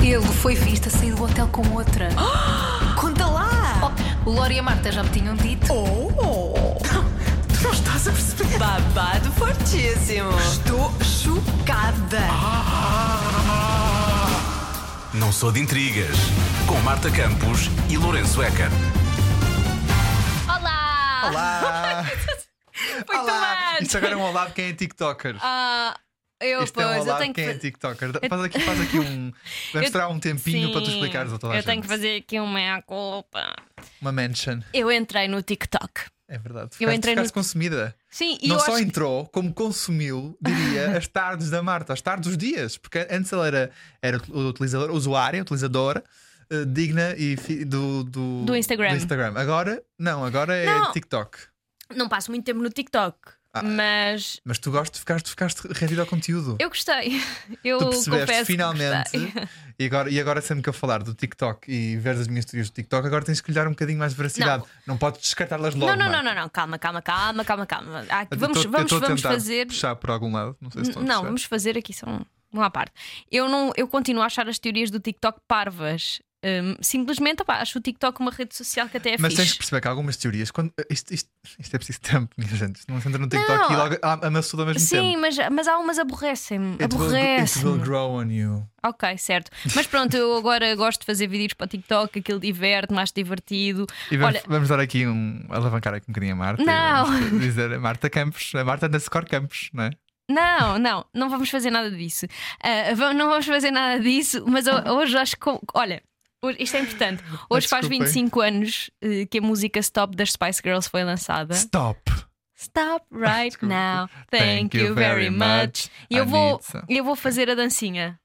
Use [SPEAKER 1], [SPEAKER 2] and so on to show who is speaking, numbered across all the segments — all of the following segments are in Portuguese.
[SPEAKER 1] Ele foi visto a sair do hotel com outra.
[SPEAKER 2] Conta lá!
[SPEAKER 1] Oh, o Lori e a Marta já me tinham dito.
[SPEAKER 2] Oh!
[SPEAKER 3] Tu não estás a perceber?
[SPEAKER 2] Babado fortíssimo!
[SPEAKER 3] Estou chocada.
[SPEAKER 4] Não sou de intrigas. Com Marta Campos e Lourenço Eker.
[SPEAKER 1] Olá!
[SPEAKER 5] Olá!
[SPEAKER 1] Foi tomate!
[SPEAKER 5] Isto agora é um Ah. olá de quem é TikToker.
[SPEAKER 1] Ah, eu,
[SPEAKER 5] Este é um
[SPEAKER 6] Pois, eu
[SPEAKER 5] olá de
[SPEAKER 6] tenho
[SPEAKER 5] quem
[SPEAKER 6] que
[SPEAKER 5] é
[SPEAKER 6] fa-
[SPEAKER 5] TikToker. Faz aqui, faz aqui um. Deve tirar um tempinho para tu
[SPEAKER 6] Sim,
[SPEAKER 5] explicares a toda a
[SPEAKER 6] Eu
[SPEAKER 5] gente.
[SPEAKER 6] tenho que fazer aqui uma meia culpa.
[SPEAKER 5] Uma mention.
[SPEAKER 6] Eu entrei no TikTok.
[SPEAKER 5] É verdade. Ficaste,
[SPEAKER 6] Eu entrei no-
[SPEAKER 5] ficaste consumida.
[SPEAKER 6] Sim, e
[SPEAKER 5] Não
[SPEAKER 6] eu
[SPEAKER 5] só
[SPEAKER 6] acho que-
[SPEAKER 5] entrou, como consumiu, diria, as tardes da Marta, as tardes dos dias. Porque antes ela era, era utilizadora, usuária, utilizadora. eh, digna e fi- do, do,
[SPEAKER 6] Do Instagram.
[SPEAKER 5] do Instagram. Agora, não, agora é
[SPEAKER 6] Não.
[SPEAKER 5] TikTok.
[SPEAKER 6] não passo muito tempo no TikTok,
[SPEAKER 5] Ah.
[SPEAKER 6] mas
[SPEAKER 5] Mas tu gostas de ficar, tu ficaste rendido ao conteúdo.
[SPEAKER 6] eu gostei. Eu
[SPEAKER 5] tu percebeste
[SPEAKER 6] confesso
[SPEAKER 5] finalmente.
[SPEAKER 6] Que gostei.
[SPEAKER 5] E agora, e agora, sempre que eu falar do TikTok e ver as minhas teorias do TikTok, agora tens que lhe dar um bocadinho mais de veracidade. Não, podes descartá-las logo.
[SPEAKER 6] não, não, não,
[SPEAKER 5] Marta.
[SPEAKER 6] não, não, calma, calma, calma, calma, calma. Há-
[SPEAKER 5] Eu
[SPEAKER 6] vamos
[SPEAKER 5] tô- eu
[SPEAKER 6] vamos,
[SPEAKER 5] tô a
[SPEAKER 6] vamos
[SPEAKER 5] tentar
[SPEAKER 6] fazer.
[SPEAKER 5] Puxar por algum lado, não sei se
[SPEAKER 6] N-
[SPEAKER 5] estou a
[SPEAKER 6] Não,
[SPEAKER 5] perceber.
[SPEAKER 6] vamos fazer aqui só um- uma à parte. Eu, não, eu continuo a achar as teorias do TikTok parvas. Hum, simplesmente opá, acho o TikTok uma rede social que até é
[SPEAKER 5] Mas tens
[SPEAKER 6] fixe.
[SPEAKER 5] que perceber que algumas teorias. Quando, isto, isto, isto é preciso tempo, minha gente. Isto não se entra no TikTok
[SPEAKER 6] Não.
[SPEAKER 5] e logo amassu tudo ao mesmo
[SPEAKER 6] Sim,
[SPEAKER 5] tempo.
[SPEAKER 6] mas, mas há umas aborrecem-me.
[SPEAKER 5] It will, it will
[SPEAKER 6] Aborrecem-me.
[SPEAKER 5] grow on you.
[SPEAKER 6] Ok, certo. Mas pronto, eu agora gosto de fazer vídeos para o TikTok, aquilo diverte, mais divertido.
[SPEAKER 5] E vamos,
[SPEAKER 6] Olha,
[SPEAKER 5] vamos dar aqui um. alavancar aqui um bocadinho a Marta. e
[SPEAKER 6] Não.
[SPEAKER 5] vamos Dizer a Marta Campos. A Marta underscore Campos, não é?
[SPEAKER 6] não, não, não vamos fazer nada disso. Ah, va- não vamos fazer nada disso, mas ho- hoje acho que. Olha. hoje- Isto é importante. Hoje faz
[SPEAKER 5] desculpem.
[SPEAKER 6] 25 anos eh, que a música Stop das Spice Girls foi lançada.
[SPEAKER 5] Stop.
[SPEAKER 6] Stop right
[SPEAKER 5] Desculpa.
[SPEAKER 6] now. Thank you very much. E eu vou,
[SPEAKER 5] Anitta.
[SPEAKER 6] eu vou fazer a dancinha.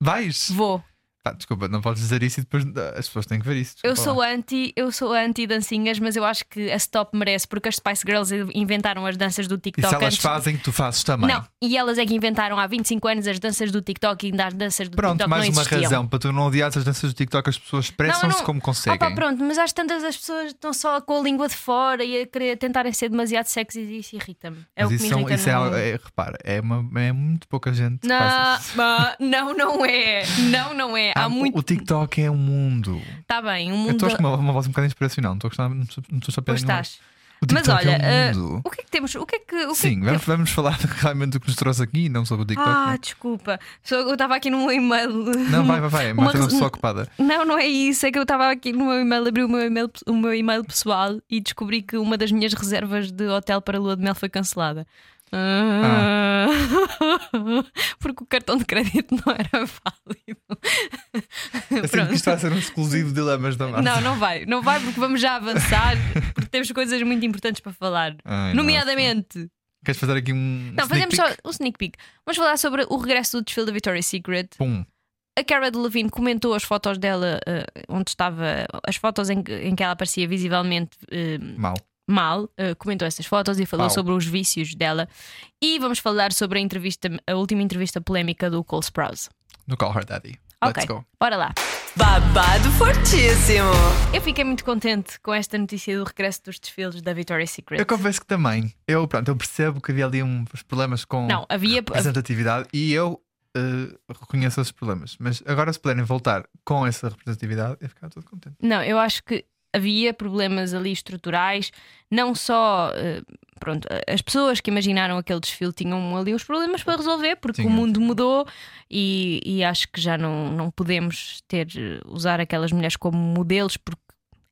[SPEAKER 5] Vais.
[SPEAKER 6] Vou.
[SPEAKER 5] Pá, desculpa, não podes dizer isso e depois ah, as pessoas têm que ver isso.
[SPEAKER 6] Eu
[SPEAKER 5] Desculpa
[SPEAKER 6] sou
[SPEAKER 5] lá.
[SPEAKER 6] anti, eu sou anti dancinhas, mas eu acho que a Stop merece porque as Spice Girls inventaram as danças do
[SPEAKER 5] E
[SPEAKER 6] TikTok.
[SPEAKER 5] se elas
[SPEAKER 6] antes-
[SPEAKER 5] fazem, tu fazes também.
[SPEAKER 6] Não, e elas é que inventaram há 25 anos as danças do TikTok e ainda as danças do
[SPEAKER 5] Pronto,
[SPEAKER 6] TikTok
[SPEAKER 5] mais
[SPEAKER 6] não
[SPEAKER 5] uma
[SPEAKER 6] existiam.
[SPEAKER 5] razão para tu não odiares as danças do TikTok, as pessoas
[SPEAKER 6] Não, eu
[SPEAKER 5] expressam-se
[SPEAKER 6] não-
[SPEAKER 5] como conseguem.
[SPEAKER 6] Opa, pronto, mas às tantas as pessoas estão só com a língua de fora e a querer tentarem ser demasiado sexys e isso irrita-me.
[SPEAKER 5] Mas
[SPEAKER 6] É o que me
[SPEAKER 5] isso, são-
[SPEAKER 6] irrita.
[SPEAKER 5] isso é,
[SPEAKER 6] no-
[SPEAKER 5] algo- é, repara, é, uma- é muito pouca gente. que
[SPEAKER 6] Não,
[SPEAKER 5] faz isso.
[SPEAKER 6] mas- não, não é. Não, não é. Há,
[SPEAKER 5] Há-
[SPEAKER 6] muito.
[SPEAKER 5] Ah, O TikTok é um mundo.
[SPEAKER 6] Está bem, o
[SPEAKER 5] Eu
[SPEAKER 6] mundo.
[SPEAKER 5] estou com uma, uma voz um bocado inspiracional, não estou a gostar- não estou- não estou a
[SPEAKER 6] Pois
[SPEAKER 5] pedir nenhuma-
[SPEAKER 6] estás.
[SPEAKER 5] O
[SPEAKER 6] Mas
[SPEAKER 5] TikTok
[SPEAKER 6] olha,
[SPEAKER 5] é
[SPEAKER 6] ah,
[SPEAKER 5] um mundo.
[SPEAKER 6] o que é que temos? O que é que. O que
[SPEAKER 5] Sim,
[SPEAKER 6] é que...
[SPEAKER 5] vamos, vamos falar realmente do que nos trouxe aqui, não sobre o TikTok.
[SPEAKER 6] Ah, desculpa. Só que eu estava aqui no meu e-mail.
[SPEAKER 5] Tá não, vai, vai, vai.
[SPEAKER 6] Uma
[SPEAKER 5] Marta, não
[SPEAKER 6] resu-
[SPEAKER 5] sou ocupada.
[SPEAKER 6] Não, não é isso. É que eu estava aqui no meu e-mail, abri o meu e-mail, o meu e-mail pessoal e descobri que uma das minhas reservas de hotel para a lua de mel foi cancelada. Ah. Porque o cartão de crédito não era válido.
[SPEAKER 5] Eu sinto
[SPEAKER 6] Pronto.
[SPEAKER 5] que isto vai ser um exclusivo de lamas da Marta.
[SPEAKER 6] Não, não vai, não vai, porque vamos já avançar, porque temos coisas muito importantes para falar.
[SPEAKER 5] Ai,
[SPEAKER 6] Nomeadamente,
[SPEAKER 5] Queres fazer aqui um.
[SPEAKER 6] não,
[SPEAKER 5] sneak
[SPEAKER 6] fazemos
[SPEAKER 5] peek?
[SPEAKER 6] só um sneak peek. Vamos falar sobre o regresso do desfile da Victoria's Secret.
[SPEAKER 5] Pum.
[SPEAKER 6] A Cara Delevingne comentou as fotos dela, eh, onde estava, as fotos em, que- em que ela aparecia visivelmente eh,
[SPEAKER 5] Mal.
[SPEAKER 6] mal, eh, comentou essas fotos e falou
[SPEAKER 5] Mal.
[SPEAKER 6] sobre os vícios dela. E vamos falar sobre a entrevista, a última entrevista polémica do Cole Sprouse.
[SPEAKER 5] No Call Her Daddy.
[SPEAKER 6] Ok,
[SPEAKER 5] Let's go.
[SPEAKER 6] bora lá.
[SPEAKER 2] Babado fortíssimo!
[SPEAKER 6] Eu fiquei muito contente com esta notícia do regresso dos desfiles da Victoria's Secret.
[SPEAKER 5] Eu confesso que também. Eu, pronto, eu percebo que havia ali um, uns problemas com
[SPEAKER 6] Não, havia.
[SPEAKER 5] representatividade e eu eh, reconheço esses problemas. Mas agora, se puderem voltar com essa representatividade, eu ficava todo contente.
[SPEAKER 6] Não, eu acho que havia problemas ali estruturais, não só. eh, Pronto, eh, as pessoas que imaginaram aquele desfile tinham ali uns problemas para resolver, porque
[SPEAKER 5] Tinham.
[SPEAKER 6] o mundo mudou e, e acho que já não, não podemos ter eh, usar aquelas mulheres como modelos, porque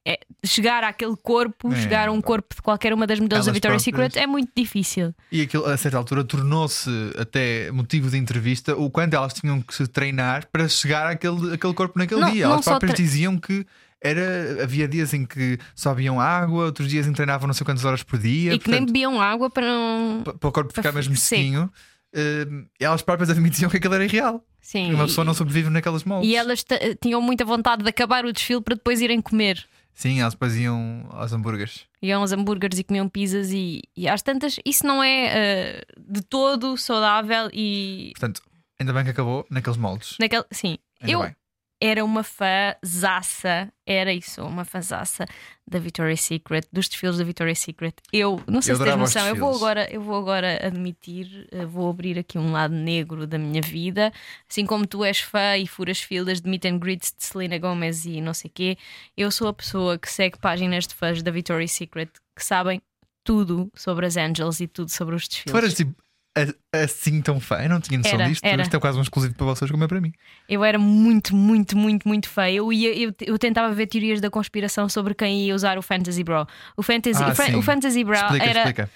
[SPEAKER 6] é- chegar àquele corpo,
[SPEAKER 5] É,
[SPEAKER 6] chegar a um
[SPEAKER 5] verdade.
[SPEAKER 6] corpo de qualquer uma das modelos da
[SPEAKER 5] Elas
[SPEAKER 6] Victoria's
[SPEAKER 5] próprias.
[SPEAKER 6] Secret é muito difícil.
[SPEAKER 5] E aquilo, a certa altura, tornou-se até motivo de entrevista o quanto elas tinham que se treinar para chegar àquele, àquele corpo naquele
[SPEAKER 6] Não-
[SPEAKER 5] dia.
[SPEAKER 6] não
[SPEAKER 5] Elas
[SPEAKER 6] só
[SPEAKER 5] próprias
[SPEAKER 6] tre-
[SPEAKER 5] diziam que. Era, havia dias em que só bebiam água, outros dias em que treinavam não sei quantas horas por dia.
[SPEAKER 6] e que nem
[SPEAKER 5] portanto,
[SPEAKER 6] bebiam água para não.
[SPEAKER 5] pa- para o corpo
[SPEAKER 6] para
[SPEAKER 5] ficar mesmo
[SPEAKER 6] seco.
[SPEAKER 5] sequinho, eh, elas próprias admitiam que aquilo era irreal.
[SPEAKER 6] Sim.
[SPEAKER 5] E uma
[SPEAKER 6] e-
[SPEAKER 5] pessoa não sobrevive naquelas moldes.
[SPEAKER 6] E elas t- tinham muita vontade de acabar o desfile para depois irem comer.
[SPEAKER 5] Sim, elas depois iam aos hambúrgueres.
[SPEAKER 6] iam aos hambúrgueres e comiam pizzas e, e às tantas isso não é eh, de todo saudável e
[SPEAKER 5] Portanto, ainda bem que acabou naqueles moldes.
[SPEAKER 6] naquele sim
[SPEAKER 5] Ainda
[SPEAKER 6] eu
[SPEAKER 5] bem.
[SPEAKER 6] era uma fãzaça, era isso, uma fãzaça da Victoria's Secret, dos desfiles da Victoria's Secret. Eu não sei
[SPEAKER 5] Eu
[SPEAKER 6] se tens
[SPEAKER 5] adorava os
[SPEAKER 6] noção, eu vou,
[SPEAKER 5] desfiles.
[SPEAKER 6] agora, eu vou agora admitir, eh, vou abrir aqui um lado negro da minha vida, assim como tu és fã e furas filas de meet and greets de Selena Gomez e não sei quê, eu sou a pessoa que segue páginas de fãs da Victoria's Secret que sabem tudo sobre as Angels e tudo sobre os desfiles.
[SPEAKER 5] Tu eras tipo a- assim tão fã, eu não tinha noção
[SPEAKER 6] Era,
[SPEAKER 5] disto.
[SPEAKER 6] era.
[SPEAKER 5] Isto é quase um exclusivo para vocês, como é para mim.
[SPEAKER 6] Eu era muito, muito, muito, muito feia. Eu, ia, eu, eu tentava ver teorias da conspiração sobre quem ia usar o Fantasy Bra. O Fantasy,
[SPEAKER 5] Ah,
[SPEAKER 6] o Fan-
[SPEAKER 5] sim.
[SPEAKER 6] o Fantasy Bra
[SPEAKER 5] explica,
[SPEAKER 6] era
[SPEAKER 5] explica.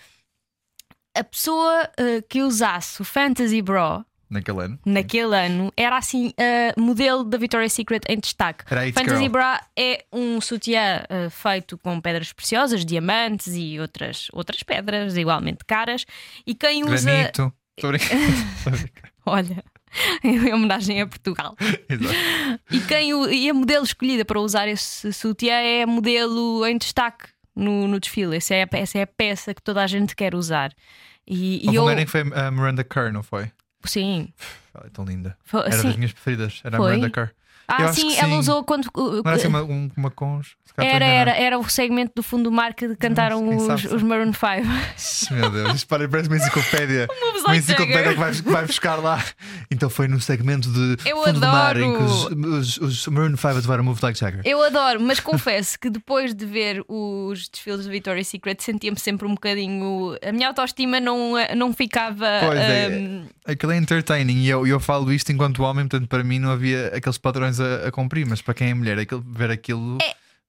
[SPEAKER 6] a pessoa eh, que usasse o Fantasy Bra
[SPEAKER 5] Naquele ano.
[SPEAKER 6] naquele ano era assim eh, modelo da Victoria's Secret em destaque.
[SPEAKER 5] Era It
[SPEAKER 6] Fantasy
[SPEAKER 5] Girl.
[SPEAKER 6] Bra é um sutiã eh, feito com pedras preciosas, diamantes e outras, outras pedras igualmente caras. E quem usa.
[SPEAKER 5] Granito. Estou a brincar. Estou a brincar.
[SPEAKER 6] Olha, em homenagem a Portugal.
[SPEAKER 5] Exato.
[SPEAKER 6] E, quem o- e a modelo escolhida para usar esse sutiã é a modelo em destaque no, no desfile. Essa é, a, pe- essa é a peça que toda a gente quer usar. E, e
[SPEAKER 5] Houve
[SPEAKER 6] eu.
[SPEAKER 5] um ano em que foi a Miranda Kerr, não foi?
[SPEAKER 6] Sim.
[SPEAKER 5] Ela é tão linda.
[SPEAKER 6] Foi,
[SPEAKER 5] Era
[SPEAKER 6] Ah, sim.
[SPEAKER 5] das minhas preferidas. Era
[SPEAKER 6] Foi?
[SPEAKER 5] a Miranda Kerr. eu
[SPEAKER 6] Ah,
[SPEAKER 5] acho
[SPEAKER 6] sim,
[SPEAKER 5] que
[SPEAKER 6] ela
[SPEAKER 5] sim.
[SPEAKER 6] usou quando. uh,
[SPEAKER 5] Não era assim uma, um- uma conge? Se calhar
[SPEAKER 6] Era,
[SPEAKER 5] estou a
[SPEAKER 6] era,
[SPEAKER 5] enganar.
[SPEAKER 6] era o segmento do fundo do mar que cantaram
[SPEAKER 5] quem
[SPEAKER 6] os,
[SPEAKER 5] sabe, sabe.
[SPEAKER 6] os Maroon 5.
[SPEAKER 5] Meu Deus, isto pare- parece uma enciclopédia. uma
[SPEAKER 6] like
[SPEAKER 5] enciclopédia
[SPEAKER 6] Jagger.
[SPEAKER 5] que vai, vai buscar lá. Então foi num segmento de
[SPEAKER 6] Eu
[SPEAKER 5] fundo do mar
[SPEAKER 6] adoro.
[SPEAKER 5] em que os, os, os Maroon 5 adoraram Move Like Jagger.
[SPEAKER 6] Eu adoro, mas confesso que depois de ver os desfiles do Victoria's Secret sentia-me sempre um bocadinho. A minha autoestima não, não ficava.
[SPEAKER 5] Pois é.
[SPEAKER 6] hum,
[SPEAKER 5] Aquilo é entertaining e eu, eu falo isto enquanto homem, portanto, para mim não havia aqueles padrões a, a cumprir, mas para quem é mulher, aquilo- ver aquilo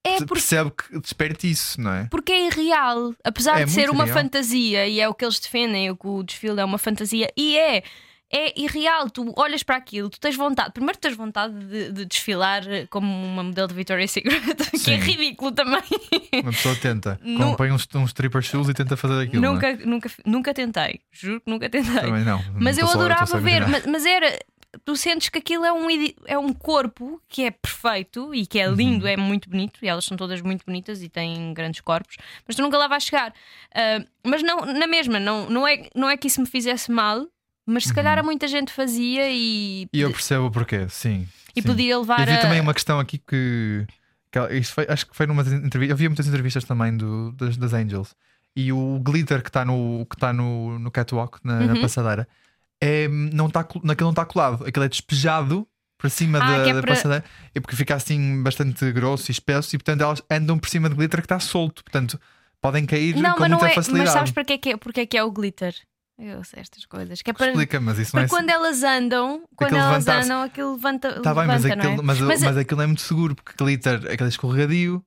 [SPEAKER 6] é
[SPEAKER 5] se-
[SPEAKER 6] porque
[SPEAKER 5] percebe que desperte isso, não é?
[SPEAKER 6] Porque é irreal, apesar
[SPEAKER 5] É
[SPEAKER 6] de ser
[SPEAKER 5] muito
[SPEAKER 6] uma
[SPEAKER 5] irreal.
[SPEAKER 6] fantasia, e é o que eles defendem, o que o desfile é uma fantasia, e é, é irreal, tu olhas para aquilo, tu tens vontade, primeiro tens vontade de, de desfilar eh, como uma modelo de Victoria's Secret, que é
[SPEAKER 5] Sim.
[SPEAKER 6] ridículo também.
[SPEAKER 5] Uma pessoa tenta,
[SPEAKER 6] Não-
[SPEAKER 5] compõe uns, uns stripper shoes e tenta fazer aquilo. não é?
[SPEAKER 6] nunca, nunca, nunca tentei, juro que nunca tentei.
[SPEAKER 5] Também não.
[SPEAKER 6] Mas
[SPEAKER 5] Tô
[SPEAKER 6] eu
[SPEAKER 5] só- tô
[SPEAKER 6] adorava
[SPEAKER 5] só a
[SPEAKER 6] ver,
[SPEAKER 5] imaginar.
[SPEAKER 6] mas, mas era. Tu sentes que aquilo é um, ide- é um corpo que é perfeito e que é lindo,
[SPEAKER 5] Uhum.
[SPEAKER 6] é muito bonito, e elas são todas muito bonitas e têm grandes corpos, mas tu nunca lá vais chegar. Ah, mas não, na mesma, não, não, é, não é que isso me fizesse mal, mas se calhar a muita gente fazia e,
[SPEAKER 5] Uhum. E eu percebo o porquê, sim.
[SPEAKER 6] e
[SPEAKER 5] sim.
[SPEAKER 6] podia levar
[SPEAKER 5] Eu vi
[SPEAKER 6] a.
[SPEAKER 5] também um uma questão aqui que. que ela- isto foi- acho que foi numa entrevista. Eu vi muitas entrevistas também do, das, das Angels. E o glitter que está no, que tá no, no catwalk, na,
[SPEAKER 6] Uhum.
[SPEAKER 5] na passadeira, é, não tá, col- naquilo não está colado. Aquilo é despejado para cima
[SPEAKER 6] Ah,
[SPEAKER 5] da,
[SPEAKER 6] que é
[SPEAKER 5] da
[SPEAKER 6] para-
[SPEAKER 5] passadeira. É porque fica assim bastante grosso e espesso. E portanto elas andam por cima de glitter que está solto. Portanto podem cair
[SPEAKER 6] Não,
[SPEAKER 5] com muita
[SPEAKER 6] mas não é. Mas
[SPEAKER 5] facilidade.
[SPEAKER 6] sabes porque é, que é, porque é que é o glitter? Eu sei estas coisas. Que é para,
[SPEAKER 5] Explica, mas isso
[SPEAKER 6] para
[SPEAKER 5] não é.
[SPEAKER 6] quando elas andam, quando
[SPEAKER 5] Aquele
[SPEAKER 6] elas
[SPEAKER 5] levantar-se.
[SPEAKER 6] andam, aquilo levanta.
[SPEAKER 5] Tá bem, mas,
[SPEAKER 6] levanta, não é?
[SPEAKER 5] aquilo, mas,
[SPEAKER 6] Mas-
[SPEAKER 5] mas aquilo é muito seguro porque glitter, aquele escorregadio,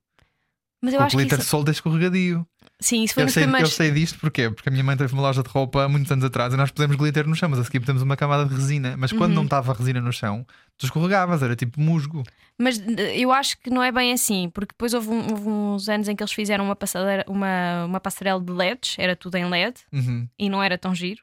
[SPEAKER 6] mas eu
[SPEAKER 5] com o
[SPEAKER 6] acho que
[SPEAKER 5] glitter
[SPEAKER 6] isso-
[SPEAKER 5] solto é escorregadio.
[SPEAKER 6] Sim, isso foi
[SPEAKER 5] Eu
[SPEAKER 6] nos
[SPEAKER 5] sei, eu
[SPEAKER 6] primeiros.
[SPEAKER 5] sei disto porquê? Porque a minha mãe teve uma loja de roupa há muitos anos atrás e nós pusemos glitter no chão, mas a seguir pusemos uma camada de resina. Mas
[SPEAKER 6] Uhum.
[SPEAKER 5] quando não estava resina no chão, tu escorregavas, era tipo musgo.
[SPEAKER 6] Mas eh, eu acho que não é bem assim, porque depois houve, um- houve uns anos em que eles fizeram uma, passadeira, uma, uma passarela de LEDs, era tudo em LED
[SPEAKER 5] Uhum.
[SPEAKER 6] e não era tão giro.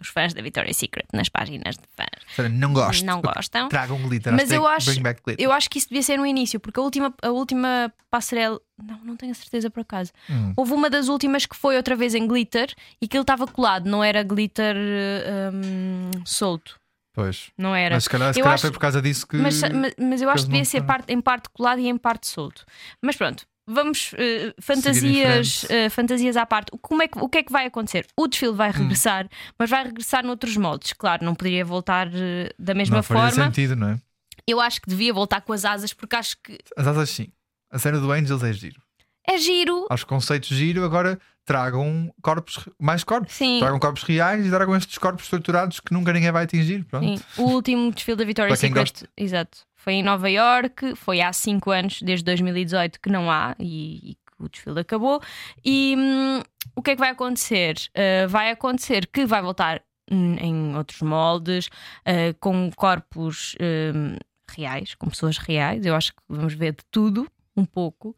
[SPEAKER 6] Os fãs da Victoria's Secret nas páginas de fãs
[SPEAKER 5] Sério, não gosto.
[SPEAKER 6] não gostam.
[SPEAKER 5] Tragam glitter.
[SPEAKER 6] Mas eu
[SPEAKER 5] hashtag
[SPEAKER 6] acho-
[SPEAKER 5] Bring back glitter.
[SPEAKER 6] Eu acho que isso devia ser no início, porque a última, a última passarela. Não, não tenho a certeza por acaso.
[SPEAKER 5] Hum.
[SPEAKER 6] Houve uma das últimas que foi outra vez em glitter e que ele estava colado, não era glitter eh, hum, solto.
[SPEAKER 5] Pois.
[SPEAKER 6] Não era.
[SPEAKER 5] Mas se calhar, se
[SPEAKER 6] Eu
[SPEAKER 5] calhar
[SPEAKER 6] acho-
[SPEAKER 5] foi por causa disso que.
[SPEAKER 6] Mas, mas, mas eu acho que
[SPEAKER 5] eles não
[SPEAKER 6] devia ser
[SPEAKER 5] são.
[SPEAKER 6] parte- em parte colado e em parte solto. Mas pronto, vamos. eh,
[SPEAKER 5] Seguir em
[SPEAKER 6] fantasias,
[SPEAKER 5] frente. Hum.
[SPEAKER 6] eh, fantasias à parte. O- Como é que, o que é que vai acontecer? O desfile vai regressar, mas vai regressar noutros modos. Claro, não poderia voltar eh, da mesma
[SPEAKER 5] não faria
[SPEAKER 6] forma.
[SPEAKER 5] sentido, não é?
[SPEAKER 6] Eu acho que devia voltar com as asas, porque acho que
[SPEAKER 5] As asas sim. A cena do Angels é giro.
[SPEAKER 6] é giro.
[SPEAKER 5] Aos conceitos giro, agora tragam corpos, mais corpos.
[SPEAKER 6] Sim.
[SPEAKER 5] Tragam corpos reais e tragam estes corpos torturados que nunca ninguém vai atingir. Pronto.
[SPEAKER 6] Sim, o último desfile da Victoria's
[SPEAKER 5] Para quem
[SPEAKER 6] Secret.
[SPEAKER 5] gosta.
[SPEAKER 6] Exato. Foi em Nova York, foi há 5 anos, desde 2018 que não há e, e que o desfile acabou. E hum, o que é que vai acontecer? Ah, vai acontecer que vai voltar hum, em outros moldes, ah, com corpos hum, reais, com pessoas reais. Eu acho que vamos ver de tudo, um pouco.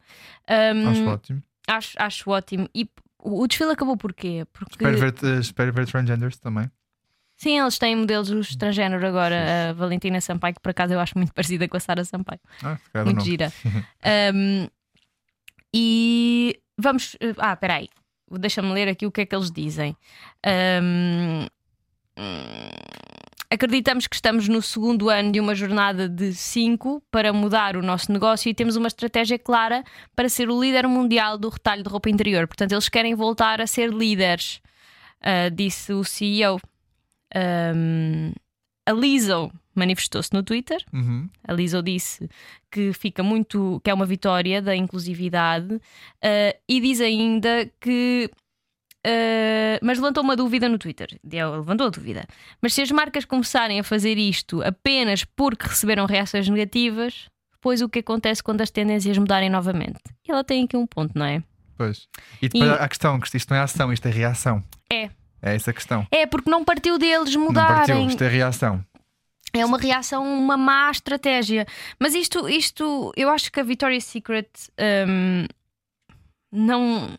[SPEAKER 6] Hum,
[SPEAKER 5] Acho ótimo.
[SPEAKER 6] acho, acho ótimo. E p- o o desfile acabou porquê? Porque
[SPEAKER 5] Espero ver, eh, espero ver transgenders também.
[SPEAKER 6] Sim, eles têm modelos transgénero agora. A Valentina Sampaio, que por acaso eu acho muito parecida com a Sara Sampaio.
[SPEAKER 5] Ah, se calhar o
[SPEAKER 6] Muito
[SPEAKER 5] nome.
[SPEAKER 6] gira. Um, e vamos. Ah, peraí. Deixa-me ler aqui o que é que eles dizem. Um, hum, Acreditamos que estamos no segundo ano de uma jornada de 5 para mudar o nosso negócio e temos uma estratégia clara para ser o líder mundial do retalho de roupa interior. Portanto, eles querem voltar a ser líderes, ah, disse o CEO. Ahm, a Lizzo manifestou-se no Twitter.
[SPEAKER 5] Uhum.
[SPEAKER 6] A Lizzo disse que fica muito, que é uma vitória da inclusividade eh, e diz ainda que. eh, mas levantou uma dúvida no Twitter. Deu- Levantou a dúvida. Mas se as marcas começarem a fazer isto apenas porque receberam reações negativas, pois o que acontece quando as tendências mudarem novamente? Ela tem aqui um ponto, não é?
[SPEAKER 5] Pois. E depois
[SPEAKER 6] E-
[SPEAKER 5] há a questão, que isto não é ação, isto é reação.
[SPEAKER 6] É.
[SPEAKER 5] É essa a questão.
[SPEAKER 6] É porque não partiu deles
[SPEAKER 5] Não partiu,
[SPEAKER 6] mudarem.
[SPEAKER 5] isto é reação.
[SPEAKER 6] É uma reação, uma má estratégia. Mas isto, isto eu acho que a Victoria's Secret hum, não.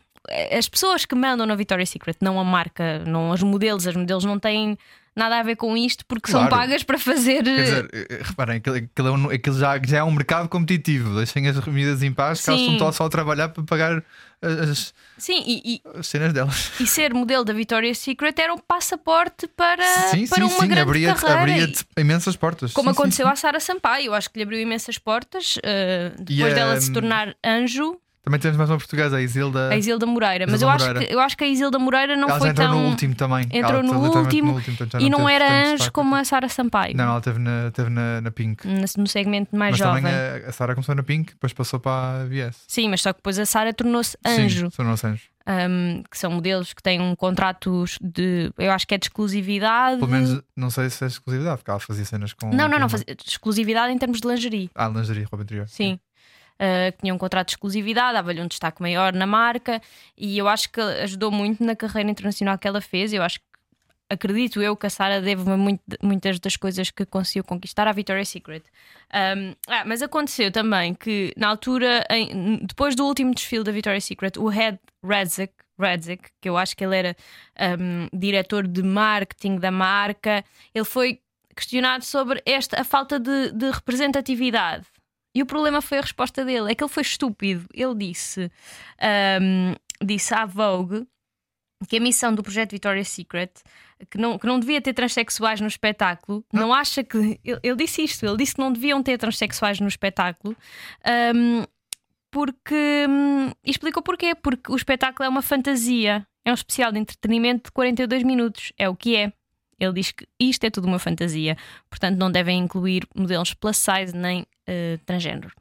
[SPEAKER 6] As pessoas que mandam na Victoria's Secret, não a marca, não os modelos, as modelos não têm nada a ver com isto porque são
[SPEAKER 5] Claro.
[SPEAKER 6] pagas para fazer.
[SPEAKER 5] Quer dizer, eh, eh, reparem, aquilo, aquilo, é um- aquilo já, já é um mercado competitivo. Deixem as comidas em paz, que elas
[SPEAKER 6] Sim.
[SPEAKER 5] estão só a trabalhar para pagar as,
[SPEAKER 6] Sim, e, e-
[SPEAKER 5] as cenas delas.
[SPEAKER 6] e ser modelo da Victoria's Secret era um passaporte para,
[SPEAKER 5] sim,
[SPEAKER 6] para
[SPEAKER 5] sim,
[SPEAKER 6] uma
[SPEAKER 5] sim.
[SPEAKER 6] grande
[SPEAKER 5] Abria-te
[SPEAKER 6] carreira.
[SPEAKER 5] abria-te imensas portas.
[SPEAKER 6] Como
[SPEAKER 5] Sim, sim,
[SPEAKER 6] aconteceu à Sara Sampaio, eu acho que lhe abriu imensas portas eh, depois
[SPEAKER 5] a-
[SPEAKER 6] dela se tornar anjo.
[SPEAKER 5] sim. Também temos mais uma portuguesa, a Isilda.
[SPEAKER 6] A Isilda Moreira. Mas
[SPEAKER 5] É. Isilda
[SPEAKER 6] eu acho,
[SPEAKER 5] Moreira.
[SPEAKER 6] que, eu acho que a Isilda Moreira não
[SPEAKER 5] ela já
[SPEAKER 6] foi
[SPEAKER 5] entrou
[SPEAKER 6] tão.
[SPEAKER 5] no último também.
[SPEAKER 6] entrou
[SPEAKER 5] Ela
[SPEAKER 6] no
[SPEAKER 5] literalmente
[SPEAKER 6] último
[SPEAKER 5] portanto, já
[SPEAKER 6] E não
[SPEAKER 5] teve
[SPEAKER 6] era
[SPEAKER 5] tanto
[SPEAKER 6] anjo
[SPEAKER 5] destaque.
[SPEAKER 6] como a Sara Sampaio.
[SPEAKER 5] Não, ela teve na, teve na, na Pink.
[SPEAKER 6] Nesse- No segmento mais
[SPEAKER 5] Mas
[SPEAKER 6] jovem.
[SPEAKER 5] também é- a, a Sara começou na Pink, depois passou para a VS.
[SPEAKER 6] Sim, mas só que depois a Sara tornou-se anjo,
[SPEAKER 5] Sim, são nossos anjos.
[SPEAKER 6] hum, que são modelos que têm um contrato de. Eu acho que é de exclusividade.
[SPEAKER 5] Pelo menos, um não sei se é exclusividade, porque ela fazia cenas com.
[SPEAKER 6] Uhum. Não, não,
[SPEAKER 5] com-
[SPEAKER 6] não. faz- Exclusividade em termos de lingerie.
[SPEAKER 5] Ah, lingerie, roupa interior.
[SPEAKER 6] Sim. Uh, que tinha um contrato de exclusividade, dava-lhe um destaque maior na marca e eu acho que ajudou muito na carreira internacional que ela fez. Eu acho que acredito eu que a Sara deve muito, muitas das coisas que conseguiu conquistar à Victoria's Secret. Um, ah, mas aconteceu também que na altura, em- depois do último desfile da Victoria's Secret, o Head Redzek, Redzek, que eu acho que ele era um, diretor de marketing da marca, ele foi questionado sobre esta a falta de- de representatividade. E o problema foi a resposta dele. É que ele foi estúpido. Ele disse, ahm, disse à Vogue que é a missão do projeto Victoria's Secret, que não, que não devia ter transexuais no espetáculo, não,
[SPEAKER 5] Ah.
[SPEAKER 6] acha que. Ele, ele disse isto. Ele disse que não deviam ter transexuais no espetáculo. ahm, porque. hum, e explicou porquê. Porque o espetáculo é uma fantasia. É um especial de entretenimento de 42 minutos. É o que é. Ele diz que isto é tudo uma fantasia. Portanto, não devem incluir modelos plus size nem eh, transgénero.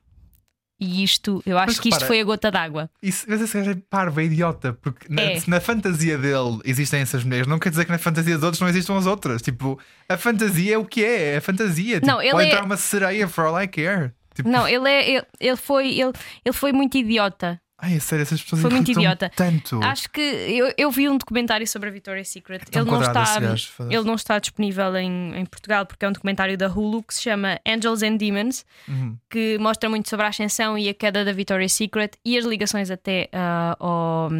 [SPEAKER 6] E isto, eu acho
[SPEAKER 5] Mas
[SPEAKER 6] que isto
[SPEAKER 5] repara-
[SPEAKER 6] foi a gota d'água.
[SPEAKER 5] Isso, mas esse gajo é parvo, é idiota, porque na,
[SPEAKER 6] É.
[SPEAKER 5] se na fantasia dele existem essas mulheres, não quer dizer que na fantasia dos outros não existam as outras. Tipo, a fantasia é o que é, é a fantasia. Tipo,
[SPEAKER 6] Não, ele
[SPEAKER 5] pode
[SPEAKER 6] é-
[SPEAKER 5] entrar uma sereia for all I care. Tipo,
[SPEAKER 6] Não, ele é ele, ele foi ele, ele foi muito idiota.
[SPEAKER 5] ai, a sério, essas pessoas
[SPEAKER 6] Foi muito
[SPEAKER 5] irritam-me
[SPEAKER 6] idiota.
[SPEAKER 5] Tanto.
[SPEAKER 6] Acho que eu, eu vi um documentário sobre a Victoria's Secret.
[SPEAKER 5] Tá tão
[SPEAKER 6] ele não
[SPEAKER 5] quadrado
[SPEAKER 6] está
[SPEAKER 5] esse gajo, foda-se.
[SPEAKER 6] ele não está disponível em, em Portugal porque é um documentário da Hulu que se chama Angels and Demons
[SPEAKER 5] Uhum.
[SPEAKER 6] que mostra muito sobre a ascensão e a queda da Victoria's Secret e as ligações até ah, ao,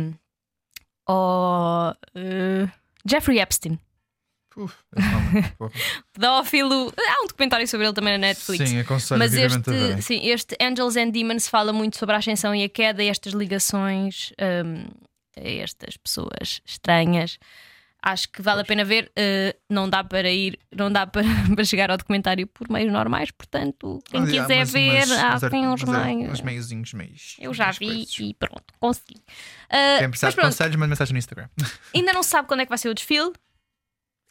[SPEAKER 6] ao eh, Jeffrey Epstein,
[SPEAKER 5] Uf, esse homem, porra.
[SPEAKER 6] pedófilo. Há um documentário sobre ele também na Netflix.
[SPEAKER 5] Sim, aconselho
[SPEAKER 6] Mas
[SPEAKER 5] vivamente a
[SPEAKER 6] este,
[SPEAKER 5] verem.
[SPEAKER 6] sim, este Angels and Demons fala muito sobre a ascensão e a queda e estas ligações hum, a estas pessoas estranhas. Acho que vale a pena ver. eh, não dá para ir, não dá para, para chegar ao documentário por meios normais, portanto, quem
[SPEAKER 5] Mas, ah,
[SPEAKER 6] quiser
[SPEAKER 5] mas-
[SPEAKER 6] ver,
[SPEAKER 5] mas-
[SPEAKER 6] há
[SPEAKER 5] mas é-
[SPEAKER 6] quem uns
[SPEAKER 5] mas é
[SPEAKER 6] meios.
[SPEAKER 5] Uns meiozinhos, meios.
[SPEAKER 6] Eu já
[SPEAKER 5] umas
[SPEAKER 6] vi
[SPEAKER 5] coisas.
[SPEAKER 6] e pronto, consegui. Ah,
[SPEAKER 5] Quem precisar
[SPEAKER 6] mas
[SPEAKER 5] de
[SPEAKER 6] pronto,
[SPEAKER 5] conselhos, manda mensagem no Instagram.
[SPEAKER 6] ainda não se sabe quando é que vai ser o desfile.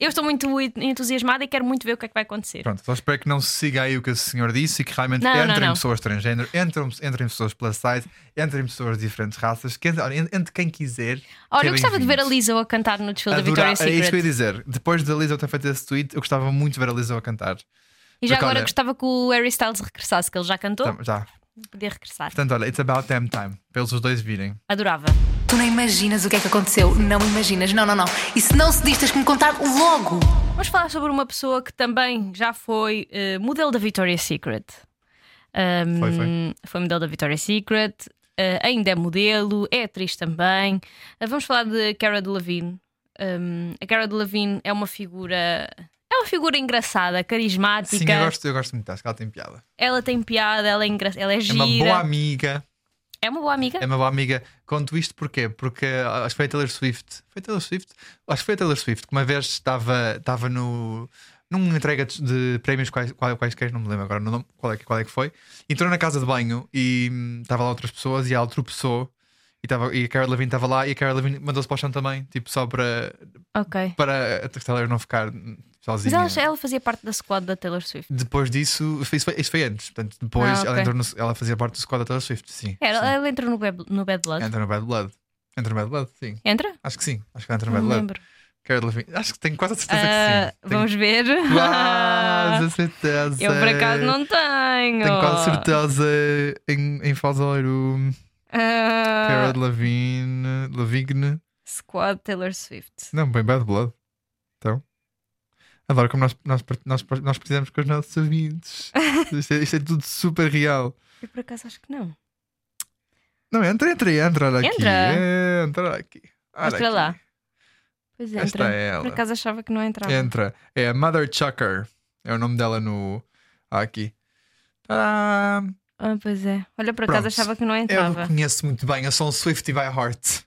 [SPEAKER 6] Eu estou muito entusiasmada e quero muito ver o que é que vai acontecer.
[SPEAKER 5] Pronto, só espero que não se siga aí o que o senhor disse e que realmente
[SPEAKER 6] Não, não,
[SPEAKER 5] entrem
[SPEAKER 6] não.
[SPEAKER 5] pessoas transgênero, entrem, entrem pessoas plus size, entrem pessoas de diferentes raças, que, entre, entre quem quiser.
[SPEAKER 6] Olha,
[SPEAKER 5] que é
[SPEAKER 6] eu gostava de ver a
[SPEAKER 5] bem-vindo.
[SPEAKER 6] Lisa a cantar no desfile da
[SPEAKER 5] Adora-
[SPEAKER 6] Victoria's
[SPEAKER 5] é isso que eu ia
[SPEAKER 6] Secret.
[SPEAKER 5] dizer. Depois da Lisa ter feito esse tweet, eu gostava muito de ver a Lisa a cantar.
[SPEAKER 6] E já
[SPEAKER 5] Porque,
[SPEAKER 6] agora
[SPEAKER 5] olha-
[SPEAKER 6] gostava que o Harry Styles regressasse, que ele já cantou,
[SPEAKER 5] Então, já.
[SPEAKER 6] podia regressar.
[SPEAKER 5] Portanto, olha, it's about damn time. Para eles os dois virem.
[SPEAKER 6] Adorava.
[SPEAKER 1] Tu não imaginas o que é que aconteceu. Não imaginas. Não, não, não. E se não se diz, tens que me contar logo.
[SPEAKER 6] Vamos falar sobre uma pessoa que também já foi eh, modelo da Victoria's Secret. Ahm,
[SPEAKER 5] Foi, foi.
[SPEAKER 6] modelo da Victoria's Secret, eh, ainda é modelo, é atriz também. Ah, vamos falar de Cara Delevingne. Ahm, a Cara Delevingne é uma figura. É uma figura engraçada, carismática.
[SPEAKER 5] Sim, eu gosto, eu gosto muito, acho que ela tem piada.
[SPEAKER 6] Ela tem piada, ela é, engra... ela é
[SPEAKER 5] É
[SPEAKER 6] gira.
[SPEAKER 5] uma boa amiga.
[SPEAKER 6] É uma boa amiga.
[SPEAKER 5] É uma boa amiga. Conto isto porquê? Porque ah, acho que foi a Taylor Swift. Foi a Taylor Swift? Acho que foi a Taylor Swift que uma vez estava, estava no, numa entrega de, de prémios quais, quais, quaisquer, não me lembro agora o nome, qual, é, que- qual é que foi. Entrou na casa de banho e hum, estava lá outras pessoas e ela tropeçou. E, tava, e a Cara Levine estava lá e a Cara Levine mandou-se para o chão também, tipo só para,
[SPEAKER 6] Ok.
[SPEAKER 5] para a Taylor não ficar hum, sozinha.
[SPEAKER 6] Mas ela, ela fazia parte da squad da Taylor Swift.
[SPEAKER 5] Depois disso, isso foi, isso foi antes. Portanto, depois
[SPEAKER 6] Ah,
[SPEAKER 5] ela,
[SPEAKER 6] ok.
[SPEAKER 5] entrou no- ela fazia parte do squad da Taylor Swift, sim.
[SPEAKER 6] Era,
[SPEAKER 5] sim.
[SPEAKER 6] ela entra no Bad, no Bad Blood.
[SPEAKER 5] Entra no Bad Blood. Entra no Bad Blood, sim.
[SPEAKER 6] Entra?
[SPEAKER 5] Acho que sim. Acho que ela entra no
[SPEAKER 6] Não
[SPEAKER 5] Bad
[SPEAKER 6] me
[SPEAKER 5] Blood.
[SPEAKER 6] lembro.
[SPEAKER 5] Cara Levine. Acho que tenho quase a certeza
[SPEAKER 6] Ah,
[SPEAKER 5] que sim. Tenho
[SPEAKER 6] vamos ver.
[SPEAKER 5] Quase certeza.
[SPEAKER 6] Eu por acaso não tenho.
[SPEAKER 5] Tenho quase certeza em, em Fazoiro.
[SPEAKER 6] Ah,
[SPEAKER 5] Cara Lavigne. Lavigne.
[SPEAKER 6] squad Taylor Swift.
[SPEAKER 5] Não, bem Bad Blood. Então. Adoro como nós, nós, part- nós, part- nós precisamos com os nossos ouvintes. Isto é, isto é tudo super real.
[SPEAKER 6] Eu por acaso acho que não.
[SPEAKER 5] Não, entra, entra, entra olha aqui.
[SPEAKER 6] Entra.
[SPEAKER 5] Entra aqui. Olha
[SPEAKER 6] Mostra
[SPEAKER 5] aqui.
[SPEAKER 6] lá. Pois é,
[SPEAKER 5] Esta
[SPEAKER 6] entra.
[SPEAKER 5] é ela.
[SPEAKER 6] Por acaso achava que não entrava.
[SPEAKER 5] Entra. É a Mother Chucker. É o nome dela no. ah, aqui. Tadam!
[SPEAKER 6] Ah, pois é. Olha, por acaso
[SPEAKER 5] Pronto.
[SPEAKER 6] achava que não
[SPEAKER 5] Eu
[SPEAKER 6] entrava.
[SPEAKER 5] conheço muito bem. Eu sou um Swifty by heart.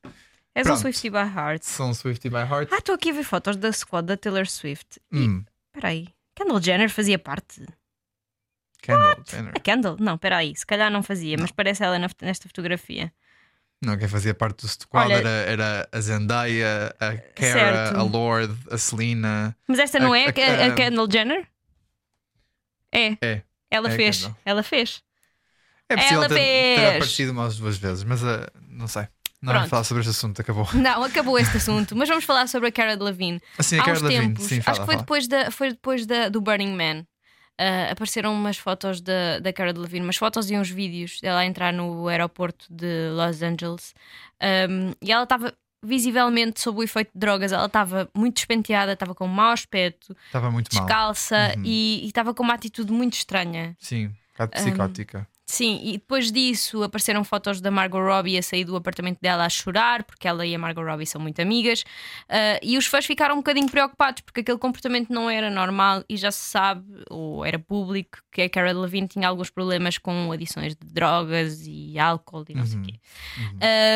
[SPEAKER 6] És um
[SPEAKER 5] Pronto.
[SPEAKER 6] Swiftie by heart.
[SPEAKER 5] Sou um Swifty by heart.
[SPEAKER 6] Ah, estou aqui a ver fotos da squad da Taylor Swift. E,
[SPEAKER 5] Hum,
[SPEAKER 6] peraí, Kendall Jenner fazia parte?
[SPEAKER 5] Kendall Jenner.
[SPEAKER 6] A Kendall? Não, peraí, se calhar não fazia, mas parece ela na- nesta fotografia.
[SPEAKER 5] Não, quem fazia parte do squad
[SPEAKER 6] Olha-
[SPEAKER 5] era, era a Zendaya, a Cara,
[SPEAKER 6] Certo.
[SPEAKER 5] a Lord, a Selena.
[SPEAKER 6] Mas esta não
[SPEAKER 5] A-
[SPEAKER 6] é
[SPEAKER 5] a-
[SPEAKER 6] a, a
[SPEAKER 5] a-
[SPEAKER 6] Kendall Jenner? É.
[SPEAKER 5] É.
[SPEAKER 6] Ela
[SPEAKER 5] É a
[SPEAKER 6] fez.
[SPEAKER 5] Kendall.
[SPEAKER 6] Ela fez.
[SPEAKER 5] É possível
[SPEAKER 6] Ela
[SPEAKER 5] ter, ter
[SPEAKER 6] fez.
[SPEAKER 5] aparecido umas duas vezes, mas ah, não sei. Não
[SPEAKER 6] Pronto.
[SPEAKER 5] vamos falar sobre este assunto, acabou.
[SPEAKER 6] Não, acabou este assunto, mas vamos falar sobre a Cara Levine.
[SPEAKER 5] Assim, a
[SPEAKER 6] Há
[SPEAKER 5] Cara
[SPEAKER 6] uns
[SPEAKER 5] Lavigne,
[SPEAKER 6] tempos,
[SPEAKER 5] sim, fala,
[SPEAKER 6] acho que foi
[SPEAKER 5] fala.
[SPEAKER 6] depois, da, foi depois da, do Burning Man. ah, apareceram umas fotos da, da Cara Levine, umas fotos e uns vídeos dela a entrar no aeroporto de Los Angeles. Um, e ela estava visivelmente sob o efeito de drogas, ela estava muito despenteada, estava com mau aspecto,
[SPEAKER 5] Estava muito mal.
[SPEAKER 6] descalça
[SPEAKER 5] Uhum.
[SPEAKER 6] e e estava com uma atitude muito estranha.
[SPEAKER 5] Sim, um bocado psicótica.
[SPEAKER 6] Sim, e depois disso apareceram fotos da Margot Robbie a sair do apartamento dela a chorar, porque ela e a Margot Robbie são muito amigas. Ah, e os fãs ficaram um bocadinho preocupados, porque aquele comportamento não era normal e já se sabe, ou era público, que a Cara Levine tinha alguns problemas com adições de drogas e álcool e não
[SPEAKER 5] Uhum.
[SPEAKER 6] sei o quê.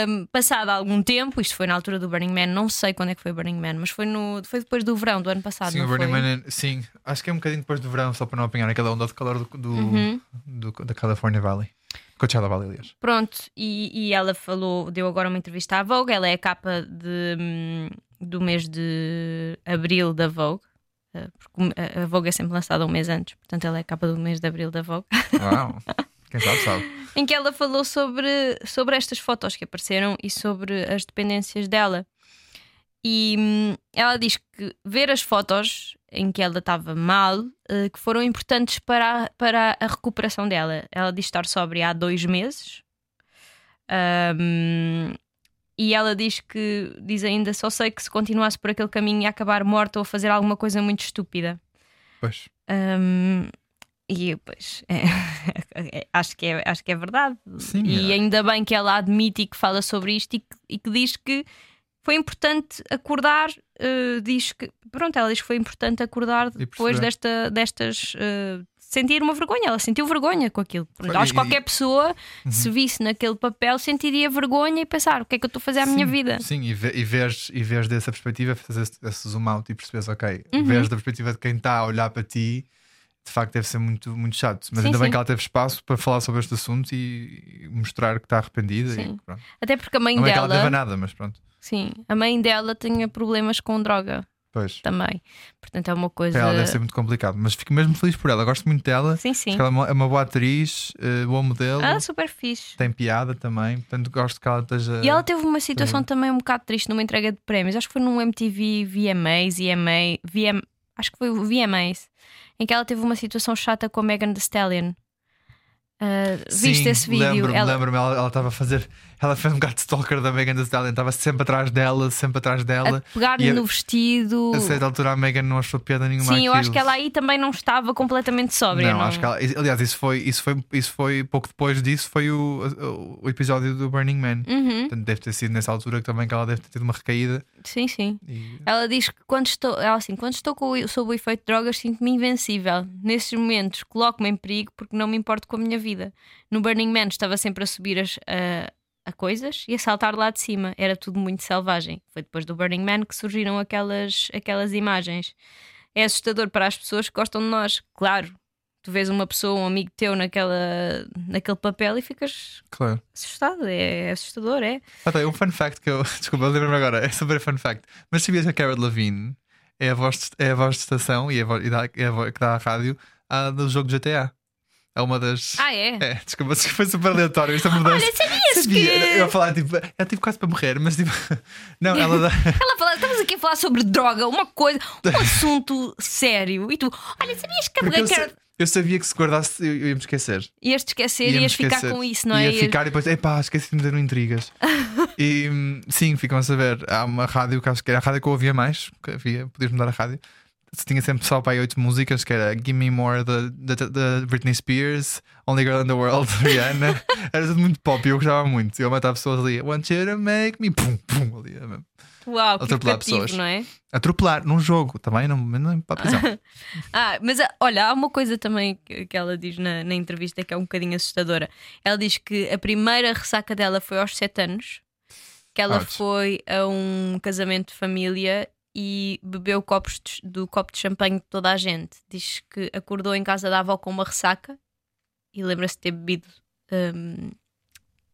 [SPEAKER 6] Um, passado algum tempo, isto foi na altura do Burning Man, não sei quando é que foi o Burning Man, mas foi, no, foi depois do verão do ano passado.
[SPEAKER 5] Sim,
[SPEAKER 6] Ah, não
[SPEAKER 5] o Burning
[SPEAKER 6] foi?
[SPEAKER 5] Man, é- sim, acho que é um bocadinho depois do verão, só para não apanhar aquela onda de calor do, do,
[SPEAKER 6] Uhum.
[SPEAKER 5] do- da California Valley. Coachella Valley, aliás.
[SPEAKER 6] Pronto, e, e ela falou, deu agora uma entrevista à Vogue, ela é a capa de, hum, do mês de abril da Vogue. eh, Porque a- a Vogue é sempre lançada um mês antes, portanto ela é a capa do mês de abril da Vogue.
[SPEAKER 5] Uau! Quem sabe, sabe.
[SPEAKER 6] em que ela falou sobre, sobre estas fotos que apareceram e sobre as dependências dela. E hum, ela diz que ver as fotos em que ela estava mal, eh, que foram importantes para a, para a recuperação dela. Ela diz estar sóbria há dois meses. Ahm, e ela diz que, diz ainda, só sei que se continuasse por aquele caminho ia acabar morta ou fazer alguma coisa muito estúpida.
[SPEAKER 5] Pois.
[SPEAKER 6] Hum, e pois é, acho, que é, acho que é verdade.
[SPEAKER 5] Sim,
[SPEAKER 6] e
[SPEAKER 5] é.
[SPEAKER 6] ainda bem que ela admite e que fala sobre isto e que, e que diz que foi importante acordar. eh, diz que pronto, ela diz que foi importante acordar depois
[SPEAKER 5] perceber.
[SPEAKER 6] desta, destas. eh, sentir uma vergonha, ela sentiu vergonha com aquilo.
[SPEAKER 5] Foi,
[SPEAKER 6] Acho
[SPEAKER 5] e- Uhum.
[SPEAKER 6] que qualquer pessoa, se visse naquele papel, sentiria vergonha e pensar: o que é que eu estou a fazer à minha
[SPEAKER 5] Sim,
[SPEAKER 6] vida?
[SPEAKER 5] Sim, e, ve- e vês, e vês dessa perspectiva, fazes esse- esse zoom out e percebes, ok,
[SPEAKER 6] Uhum.
[SPEAKER 5] vês da perspectiva de quem está a olhar para ti, de facto deve ser muito, muito chato. Mas
[SPEAKER 6] Sim,
[SPEAKER 5] ainda bem
[SPEAKER 6] sim.
[SPEAKER 5] que ela teve espaço para falar sobre este assunto e e mostrar que está arrependida.
[SPEAKER 6] Sim.
[SPEAKER 5] E pronto.
[SPEAKER 6] Até porque a mãe
[SPEAKER 5] Não é que ela deva
[SPEAKER 6] dela,
[SPEAKER 5] nada, mas pronto.
[SPEAKER 6] sim, a mãe dela tinha problemas com droga
[SPEAKER 5] Pois.
[SPEAKER 6] também. Portanto, é uma coisa.
[SPEAKER 5] Para ela deve ser muito complicado, mas fico mesmo feliz por ela. Gosto muito dela.
[SPEAKER 6] Sim, sim.
[SPEAKER 5] Acho que ela é uma- é uma boa atriz, eh, boa modelo,
[SPEAKER 6] Ela é super fixe.
[SPEAKER 5] tem piada também, portanto gosto que ela esteja.
[SPEAKER 6] E ela teve uma situação também um bocado triste numa entrega de prémios. Acho que foi num MTV VMAs, EMA, VM, acho que foi o VMAs, em que ela teve uma situação chata com a Megan Thee Stallion. Ah,
[SPEAKER 5] Sim,
[SPEAKER 6] viste esse vídeo?
[SPEAKER 5] Lembro-me,
[SPEAKER 6] Ela-
[SPEAKER 5] lembro-me, ela ela estava a fazer. Ela foi um gato stalker da Megan Thee Stallion, estava sempre atrás dela, sempre atrás
[SPEAKER 6] a
[SPEAKER 5] dela.
[SPEAKER 6] pegar-lhe
[SPEAKER 5] e a-
[SPEAKER 6] no vestido.
[SPEAKER 5] A certa altura a Megan não achou piada nenhuma.
[SPEAKER 6] Sim, eu acho
[SPEAKER 5] àquilo.
[SPEAKER 6] que ela é aí também não estava completamente sóbria.
[SPEAKER 5] Não, acho que ela. Aliás, isso foi, isso foi, isso foi pouco depois disso foi o, o- o episódio do Burning Man.
[SPEAKER 6] Uhum,
[SPEAKER 5] Portanto, deve ter sido nessa altura que também que ela deve ter tido uma recaída.
[SPEAKER 6] sim, sim.
[SPEAKER 5] E...
[SPEAKER 6] Ela diz que quando estou, ela assim, quando estou com o- sob o efeito de drogas, sinto-me invencível. Nesses momentos, coloco-me em perigo porque não me importo com a minha vida. No Burning Man, estava sempre a subir as, a, a coisas e a saltar lá de cima. Era tudo muito selvagem. Foi depois do Burning Man que surgiram aquelas, aquelas imagens. é assustador para as pessoas que gostam de nós. Claro, tu vês uma pessoa, um amigo teu naquela, naquele papel e ficas
[SPEAKER 5] Claro.
[SPEAKER 6] assustado. É, assustador, é.
[SPEAKER 5] Ah, tá, um fun fact que eu. Desculpa, eu lembro-me agora. É super fun fact. Mas sabias que a Carol Levine é a voz de, é a voz de estação e, é a voz, e dá- é a voz que dá à rádio ah, do jogo GTA? É uma das.
[SPEAKER 6] Ah, é?
[SPEAKER 5] É, desculpa, desculpa, foi super aleatório. Isto é uma mudança.
[SPEAKER 6] Olha, sabias
[SPEAKER 5] Sabia,
[SPEAKER 6] que-
[SPEAKER 5] Eu ia falar, tipo, eu tive quase para morrer, mas tipo. Não, ela dá.
[SPEAKER 6] Ela fala, estamos aqui a falar sobre droga, uma coisa, um assunto sério. E tu, olha, sabias que a
[SPEAKER 5] Porque eu,
[SPEAKER 6] quer...
[SPEAKER 5] sa- eu sabia que se guardasse, eu, eu ia me esquecer.
[SPEAKER 6] Ias te esquecer,
[SPEAKER 5] Ia-me
[SPEAKER 6] ias ficar
[SPEAKER 5] esquecer.
[SPEAKER 6] com isso, não é?
[SPEAKER 5] Ia ficar e depois, epá, esqueci de meter no intrigas. e hum, sim, ficam a saber. Há uma rádio que acho que era a rádio que eu ouvia mais, que havia, podias mudar a rádio. Se tinha sempre só para aí oito músicas, que era Give Me More da- da da Britney Spears, Only Girl in the World, Rihanna. Era tudo muito pop e eu gostava muito. Eu matava pessoas ali, Want you to make me. Pum, pum, ali. é mesmo.
[SPEAKER 6] Uau, que
[SPEAKER 5] atropelar
[SPEAKER 6] educativo,
[SPEAKER 5] pessoas.
[SPEAKER 6] não é?
[SPEAKER 5] Atropelar num jogo, também não, não é para a prisão.
[SPEAKER 6] Ah, mas ah, olha, há uma coisa também que que ela diz na, na entrevista que é um bocadinho assustadora. Ela diz que a primeira ressaca dela foi aos 7 anos, que ela
[SPEAKER 5] Ouch.
[SPEAKER 6] foi a um casamento de família e bebeu copos de- do copo de champanhe de toda a gente. Diz que acordou em casa da avó com uma ressaca e lembra-se de ter bebido, hum,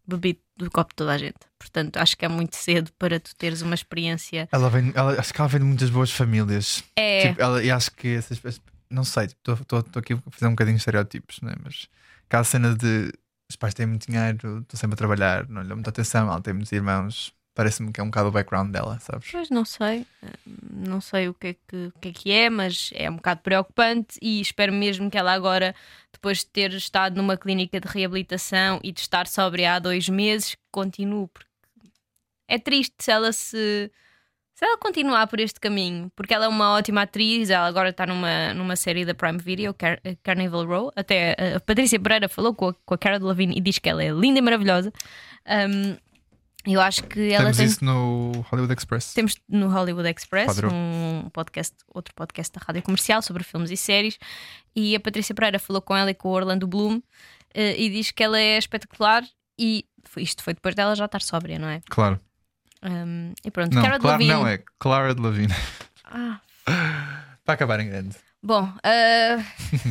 [SPEAKER 6] bebido do copo de toda a gente. Portanto, acho que é muito cedo para tu teres uma experiência.
[SPEAKER 5] Ela vem, ela, acho que ela vem de muitas boas famílias.
[SPEAKER 6] É.
[SPEAKER 5] Tipo, ela, e acho que essas pessoas- Não sei, tipo, estou aqui a fazer um bocadinho de estereótipos, né? mas aquela cena de os pais têm muito dinheiro, estão sempre a trabalhar, não lhe dão muita atenção, ela tem muitos irmãos, parece-me que é um bocado o background dela, sabes?
[SPEAKER 6] Pois não sei, eh, não sei o que, é que, o que é que é, mas é um bocado preocupante e espero mesmo que ela agora, depois de ter estado numa clínica de reabilitação e de estar sóbria há dois meses, continue, porque é triste se ela se. Se ela continuar por este caminho, porque ela é uma ótima atriz, ela agora está numa, numa série da Prime Video, Car eh, Carnival Row. Até eh, a Patrícia Pereira falou com a, com a Cara de Lavigne e diz que ela é linda e maravilhosa. Ahm, eu acho que ela
[SPEAKER 5] Temos
[SPEAKER 6] tem
[SPEAKER 5] isso no Hollywood Express.
[SPEAKER 6] temos no Hollywood Express
[SPEAKER 5] Quadro.
[SPEAKER 6] um podcast, outro podcast da rádio comercial sobre filmes e séries. E a Patrícia Pereira falou com ela e com o Orlando Bloom eh, e diz que ela é espetacular. E foi- isto foi depois dela já estar sóbria, não é?
[SPEAKER 5] Claro.
[SPEAKER 6] Um, e pronto,
[SPEAKER 5] Não,
[SPEAKER 6] Cara
[SPEAKER 5] claro não é. Clara de Lavigne.
[SPEAKER 6] Ah.
[SPEAKER 5] Para acabar em grande.
[SPEAKER 6] Bom, ah,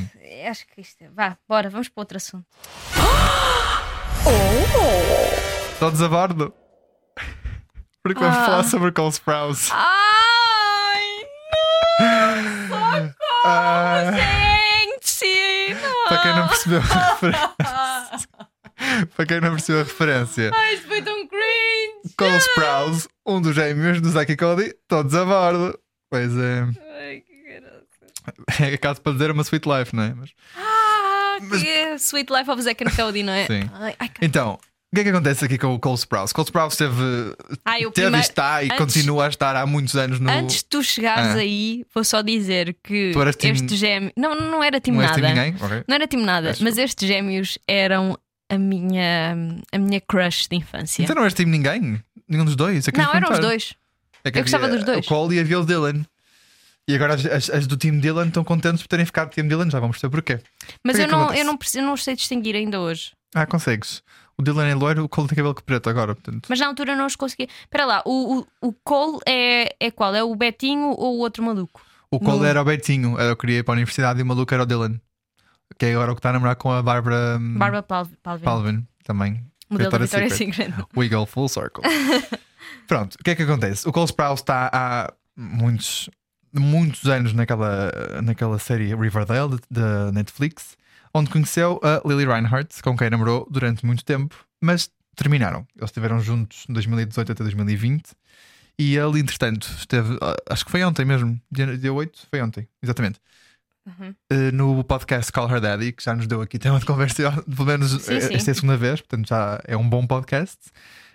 [SPEAKER 6] acho que isto. é- Vá, bora, vamos para outro assunto.
[SPEAKER 5] Todos a bordo. Porque vamos
[SPEAKER 6] Ah.
[SPEAKER 5] falar sobre Cole Sprouse.
[SPEAKER 6] Ai!
[SPEAKER 5] Ah.
[SPEAKER 6] é Gente!
[SPEAKER 5] Para quem não percebeu a referência. Para quem não percebeu a referência.
[SPEAKER 6] Ai, isto foi tão cringe!
[SPEAKER 5] Cole Sprouse, um dos gêmeos do Zaki Cody, todos a bordo. Pois é.
[SPEAKER 6] Ai, que graça.
[SPEAKER 5] É caso para dizer uma sweet life, não é? Mas,
[SPEAKER 6] Ah, que Sweet Life of Zack and Cody, não é?
[SPEAKER 5] sim.
[SPEAKER 6] Ai, ai, cara.
[SPEAKER 5] Então, o que é que acontece aqui com o Cole Sprouse? Cole Sprouse teve,
[SPEAKER 6] Ai, o
[SPEAKER 5] teve e
[SPEAKER 6] primeiro-
[SPEAKER 5] está e
[SPEAKER 6] Ah, antes-
[SPEAKER 5] continua a estar há muitos anos no.
[SPEAKER 6] Antes de tu chegares
[SPEAKER 5] Ah.
[SPEAKER 6] aí, vou só dizer que
[SPEAKER 5] Tu eras time-
[SPEAKER 6] este gêmeo. Não, não era time
[SPEAKER 5] não és
[SPEAKER 6] nada.
[SPEAKER 5] time ninguém? Ok.
[SPEAKER 6] Não era time nada,
[SPEAKER 5] Acho-
[SPEAKER 6] mas estes gêmeos eram a minha, a minha crush de infância.
[SPEAKER 5] Então não és time ninguém? Nenhum dos dois? É que
[SPEAKER 6] não,
[SPEAKER 5] eu ia
[SPEAKER 6] eram os
[SPEAKER 5] perguntar.
[SPEAKER 6] dois.
[SPEAKER 5] É que
[SPEAKER 6] Eu gostava
[SPEAKER 5] havia
[SPEAKER 6] dos dois.
[SPEAKER 5] O Cole e havia o Dylan. E agora as, as- as do time Dylan estão contentes por terem ficado do time Dylan, já vamos perceber porquê.
[SPEAKER 6] Mas
[SPEAKER 5] Porquê
[SPEAKER 6] eu
[SPEAKER 5] que
[SPEAKER 6] não,
[SPEAKER 5] acontece?
[SPEAKER 6] eu, não, perce- eu não os sei distinguir ainda hoje.
[SPEAKER 5] Ah, consegues. O Dylan é loiro, o Cole tem cabelo preto agora, portanto.
[SPEAKER 6] Mas na altura não os conseguia. Espera lá, o, o, o Cole é, é qual? É o Betinho ou o outro maluco?
[SPEAKER 5] O Cole
[SPEAKER 6] No-
[SPEAKER 5] era o Betinho, era eu queria ir para a universidade e o maluco era o Dylan. Que é agora o que está a namorar com a Bárbara hum,
[SPEAKER 6] Bárbara Palvin. Palvin.
[SPEAKER 5] Palvin, também.
[SPEAKER 6] Modelo da Vitória
[SPEAKER 5] Secret.
[SPEAKER 6] Secret.
[SPEAKER 5] We go full circle. Pronto, o que é que acontece? O Cole Sprouse está há muitos, muitos anos naquela, naquela série Riverdale de- da Netflix, onde conheceu a Lily Reinhardt, com quem namorou durante muito tempo, mas terminaram. Eles estiveram juntos de 2018 até 2020. E ele, entretanto, esteve, ah, acho que foi ontem mesmo, dia, dia 8, foi ontem, exatamente.
[SPEAKER 6] Uhum.
[SPEAKER 5] Eh, no podcast Call Her Daddy, que já nos deu aqui tema de conversa, pelo menos
[SPEAKER 6] Sim,
[SPEAKER 5] eh,
[SPEAKER 6] sim.
[SPEAKER 5] esta é a segunda vez, portanto já é um bom podcast.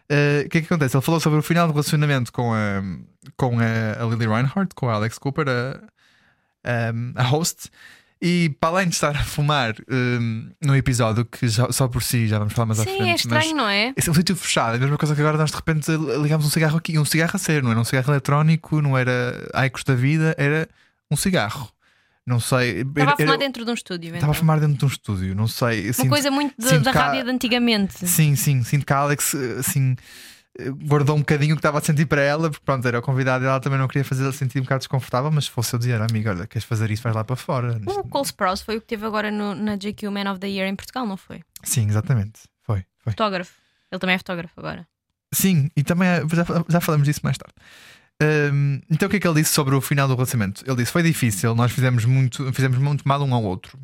[SPEAKER 5] Eh, O que é que acontece? Ele falou sobre o final do relacionamento com a, com a, a Lily Reinhardt, com a Alex Cooper, a, um, a host, e para além de estar a fumar um, num episódio que já- só por si já vamos falar mais à frente.
[SPEAKER 6] Sim, é estranho,
[SPEAKER 5] mas-
[SPEAKER 6] não é?
[SPEAKER 5] esse é um sítio fechado, é a mesma coisa que agora nós de repente ligámos um cigarro aqui, um cigarro a sério, não era um cigarro eletrónico, não era ai custa vida, era um cigarro. Não sei.
[SPEAKER 6] Estava
[SPEAKER 5] era-
[SPEAKER 6] a fumar
[SPEAKER 5] era-
[SPEAKER 6] dentro de um estúdio.
[SPEAKER 5] Estava
[SPEAKER 6] então.
[SPEAKER 5] a fumar dentro de um estúdio, não sei.
[SPEAKER 6] Uma coisa muito da-
[SPEAKER 5] sinto
[SPEAKER 6] da
[SPEAKER 5] cá-
[SPEAKER 6] rádio de antigamente.
[SPEAKER 5] Sim, sim, sinto que a Alex eh, assim eh, guardou um bocadinho o que estava a sentir para ela, porque pronto, era o convidado e ela também não queria fazer-lhe sentir um bocado desconfortável, mas se fosse eu dizer, amigo, olha, queres fazer isso, vais lá para fora.
[SPEAKER 6] O Cole Sprouse foi o que teve agora no- na GQ Man of the Year em Portugal, não foi?
[SPEAKER 5] Sim, exatamente. Foi, foi.
[SPEAKER 6] Fotógrafo. Ele também é fotógrafo agora.
[SPEAKER 5] Sim, e também é- já, já falamos disso mais tarde. Hum, então o que é que ele disse sobre o final do relacionamento? Ele disse: foi difícil, nós fizemos muito, fizemos muito mal um ao outro.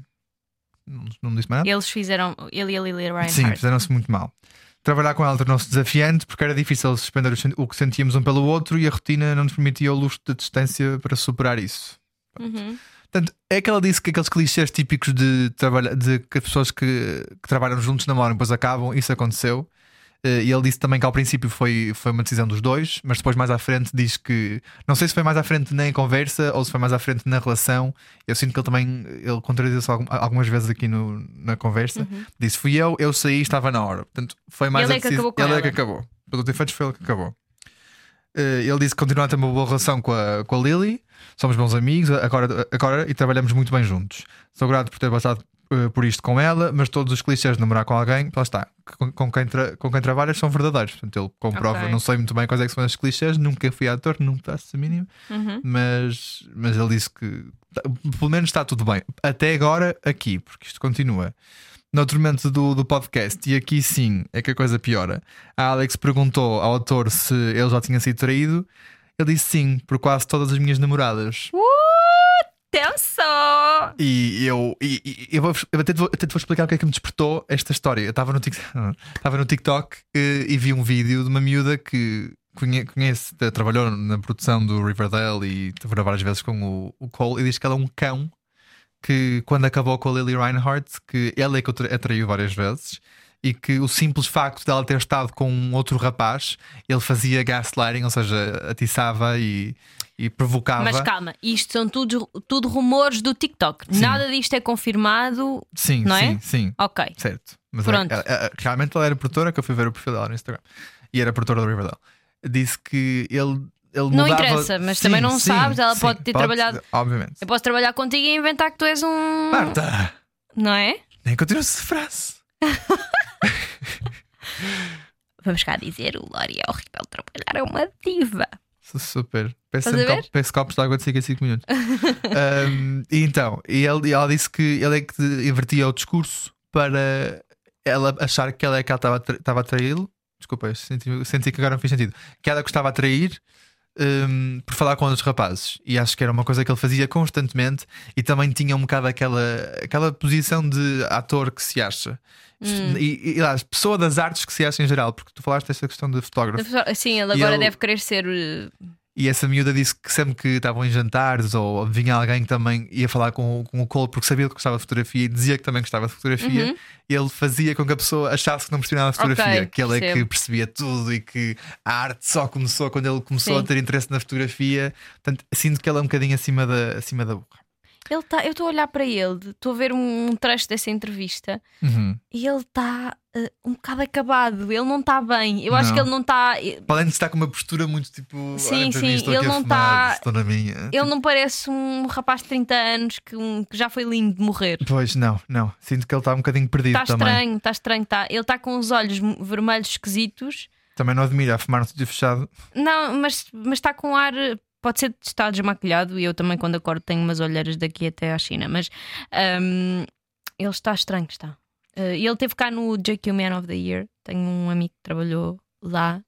[SPEAKER 5] Não, não disse mais nada?
[SPEAKER 6] Eles fizeram. Ele e a Lily Ryan.
[SPEAKER 5] Ah. Sim, fizeram-se muito mal. Trabalhar com ela tornou-se desafiante porque era difícil suspender o sen- o que sentíamos um pelo outro e a rotina não nos permitia o luxo de distância para superar isso.
[SPEAKER 6] Uhum.
[SPEAKER 5] Portanto, é que ela disse que aqueles clichês típicos de, trabalha- de que as pessoas que, que trabalham juntos namoram e depois acabam, isso aconteceu. Eh, E ele disse também que ao princípio foi, foi uma decisão dos dois, mas depois mais à frente diz que não sei se foi mais à frente na conversa ou se foi mais à frente na relação. Eu sinto que ele também ele contradiz-se algum- algumas vezes aqui no- na conversa. Disse: fui eu, eu saí, estava na hora. Portanto, foi mais
[SPEAKER 6] Uhum. Ele
[SPEAKER 5] a
[SPEAKER 6] é que
[SPEAKER 5] decis-
[SPEAKER 6] acabou com
[SPEAKER 5] ele é
[SPEAKER 6] ela.
[SPEAKER 5] que acabou. Pelo efeitos foi ele que acabou. Eh, ele disse que continua a ter uma boa relação com a, com a Lily, somos bons amigos agora, agora e trabalhamos muito bem juntos. Sou grato por ter passado eh, por isto com ela, mas todos os clichês de namorar com alguém, lá está, com, com quem, tra- com quem trabalhas são verdadeiros. Portanto, ele comprova,
[SPEAKER 6] Ok.
[SPEAKER 5] não sei muito bem quais é que são esses clichês, nunca fui ator, não faço a mínima, mas, mas ele disse que tá- pelo menos está tudo bem. Até agora, aqui, porque isto continua. No tormento do, do podcast, e aqui sim é que a coisa piora. A Alex perguntou ao autor se ele já tinha sido traído. Ele disse sim, por quase todas as minhas namoradas.
[SPEAKER 6] Damn so!
[SPEAKER 5] E eu, e, e- eu, vou, eu até, te vou, até te vou explicar o que é que me despertou esta história. Eu estava no, Tik- estava no TikTok eh, e vi um vídeo de uma miúda que conhe- conhece, eh, trabalhou na produção do Riverdale e trabalhou várias vezes com o, o Cole e diz que ela é um cão que quando acabou com a Lily Reinhardt, que ela é que o tra- atraiu várias vezes e que o simples facto dela ter estado com um outro rapaz, ele fazia gaslighting, ou seja, atiçava e, e provocava.
[SPEAKER 6] Mas calma, isto são tudo, tudo rumores do TikTok.
[SPEAKER 5] Sim.
[SPEAKER 6] Nada disto é confirmado.
[SPEAKER 5] sim,
[SPEAKER 6] não é?
[SPEAKER 5] sim, sim.
[SPEAKER 6] Ok.
[SPEAKER 5] Certo. Mas
[SPEAKER 6] Pronto.
[SPEAKER 5] é- é- é- realmente ela era produtora, que eu fui ver o perfil dela no Instagram. E era produtora do Riverdale. Disse que ele. ele
[SPEAKER 6] Não
[SPEAKER 5] mudava-
[SPEAKER 6] interessa, mas também não sabes, ela pode ter trabalhado- É
[SPEAKER 5] Obviamente.
[SPEAKER 6] Eu posso trabalhar contigo e inventar que tu és um.
[SPEAKER 5] Marta!
[SPEAKER 6] Não é?
[SPEAKER 5] Nem continua-se de frase.
[SPEAKER 6] Vamos cá dizer, o Lori é horrível trabalhar, é uma diva.
[SPEAKER 5] Sou Super. Peço,
[SPEAKER 6] Estás a
[SPEAKER 5] sempre
[SPEAKER 6] ver?
[SPEAKER 5] copo- peço copos de água de 5 a 5 minutos. Ahm, e então, e ele- e ela disse que ele é que invertia o discurso para ela achar que ela é que ela estava a tra- estava a traí-lo. Desculpa, eu senti, senti que agora não fez sentido. Que ela gostava a trair ahm, por falar com outros rapazes. E acho que era uma coisa que ele fazia constantemente e também tinha um bocado aquela, aquela posição de ator que se acha.
[SPEAKER 6] Hum.
[SPEAKER 5] E, e lá, pessoa das artes que se acha em geral, porque tu falaste dessa questão de fotógrafo.
[SPEAKER 6] Sim, ele
[SPEAKER 5] E
[SPEAKER 6] agora
[SPEAKER 5] ele-
[SPEAKER 6] deve querer ser. uh,
[SPEAKER 5] E essa miúda disse que sempre que estavam em jantares ou vinha alguém que também ia falar com, o- com o Cole porque sabia que gostava de fotografia e dizia que também gostava de fotografia, ele fazia com que a pessoa achasse que não percebia nada de fotografia,
[SPEAKER 6] Uhum. Ok,
[SPEAKER 5] que ele é que
[SPEAKER 6] percebo.
[SPEAKER 5] percebia tudo e que a arte só começou quando ele começou
[SPEAKER 6] Sim.
[SPEAKER 5] a ter interesse na fotografia. Portanto, sinto que ela é um bocadinho acima da, acima da burra.
[SPEAKER 6] Ele tá, eu estou a olhar para ele, estou a ver um, um trecho dessa entrevista e ele está um bocado acabado, ele não está bem. Eu acho
[SPEAKER 5] Não.
[SPEAKER 6] que ele não tá, eh, está. Ele
[SPEAKER 5] Para além de estar com uma postura muito tipo.
[SPEAKER 6] Sim,
[SPEAKER 5] olhem para
[SPEAKER 6] sim,
[SPEAKER 5] mim, estou aqui
[SPEAKER 6] ele
[SPEAKER 5] a
[SPEAKER 6] não
[SPEAKER 5] fumar,
[SPEAKER 6] tá-
[SPEAKER 5] estou na minha.
[SPEAKER 6] não parece um rapaz de 30 anos que, um- que já foi lindo de morrer.
[SPEAKER 5] Pois, não, não. Sinto que ele está um bocadinho perdido
[SPEAKER 6] Está
[SPEAKER 5] também.
[SPEAKER 6] Tá estranho, está estranho, tá. Ele está com os olhos m- vermelhos esquisitos.
[SPEAKER 5] Também não admira a fumar no sítio fechado.
[SPEAKER 6] Não, mas mas está com ar. eh, Pode ser de estar desmaquilhado e eu também, quando acordo, tenho umas olheiras daqui até à China. Mas ahm, ele está estranho, está. Eh, ele teve cá no JQ Man of the Year. Tenho um amigo que trabalhou lá.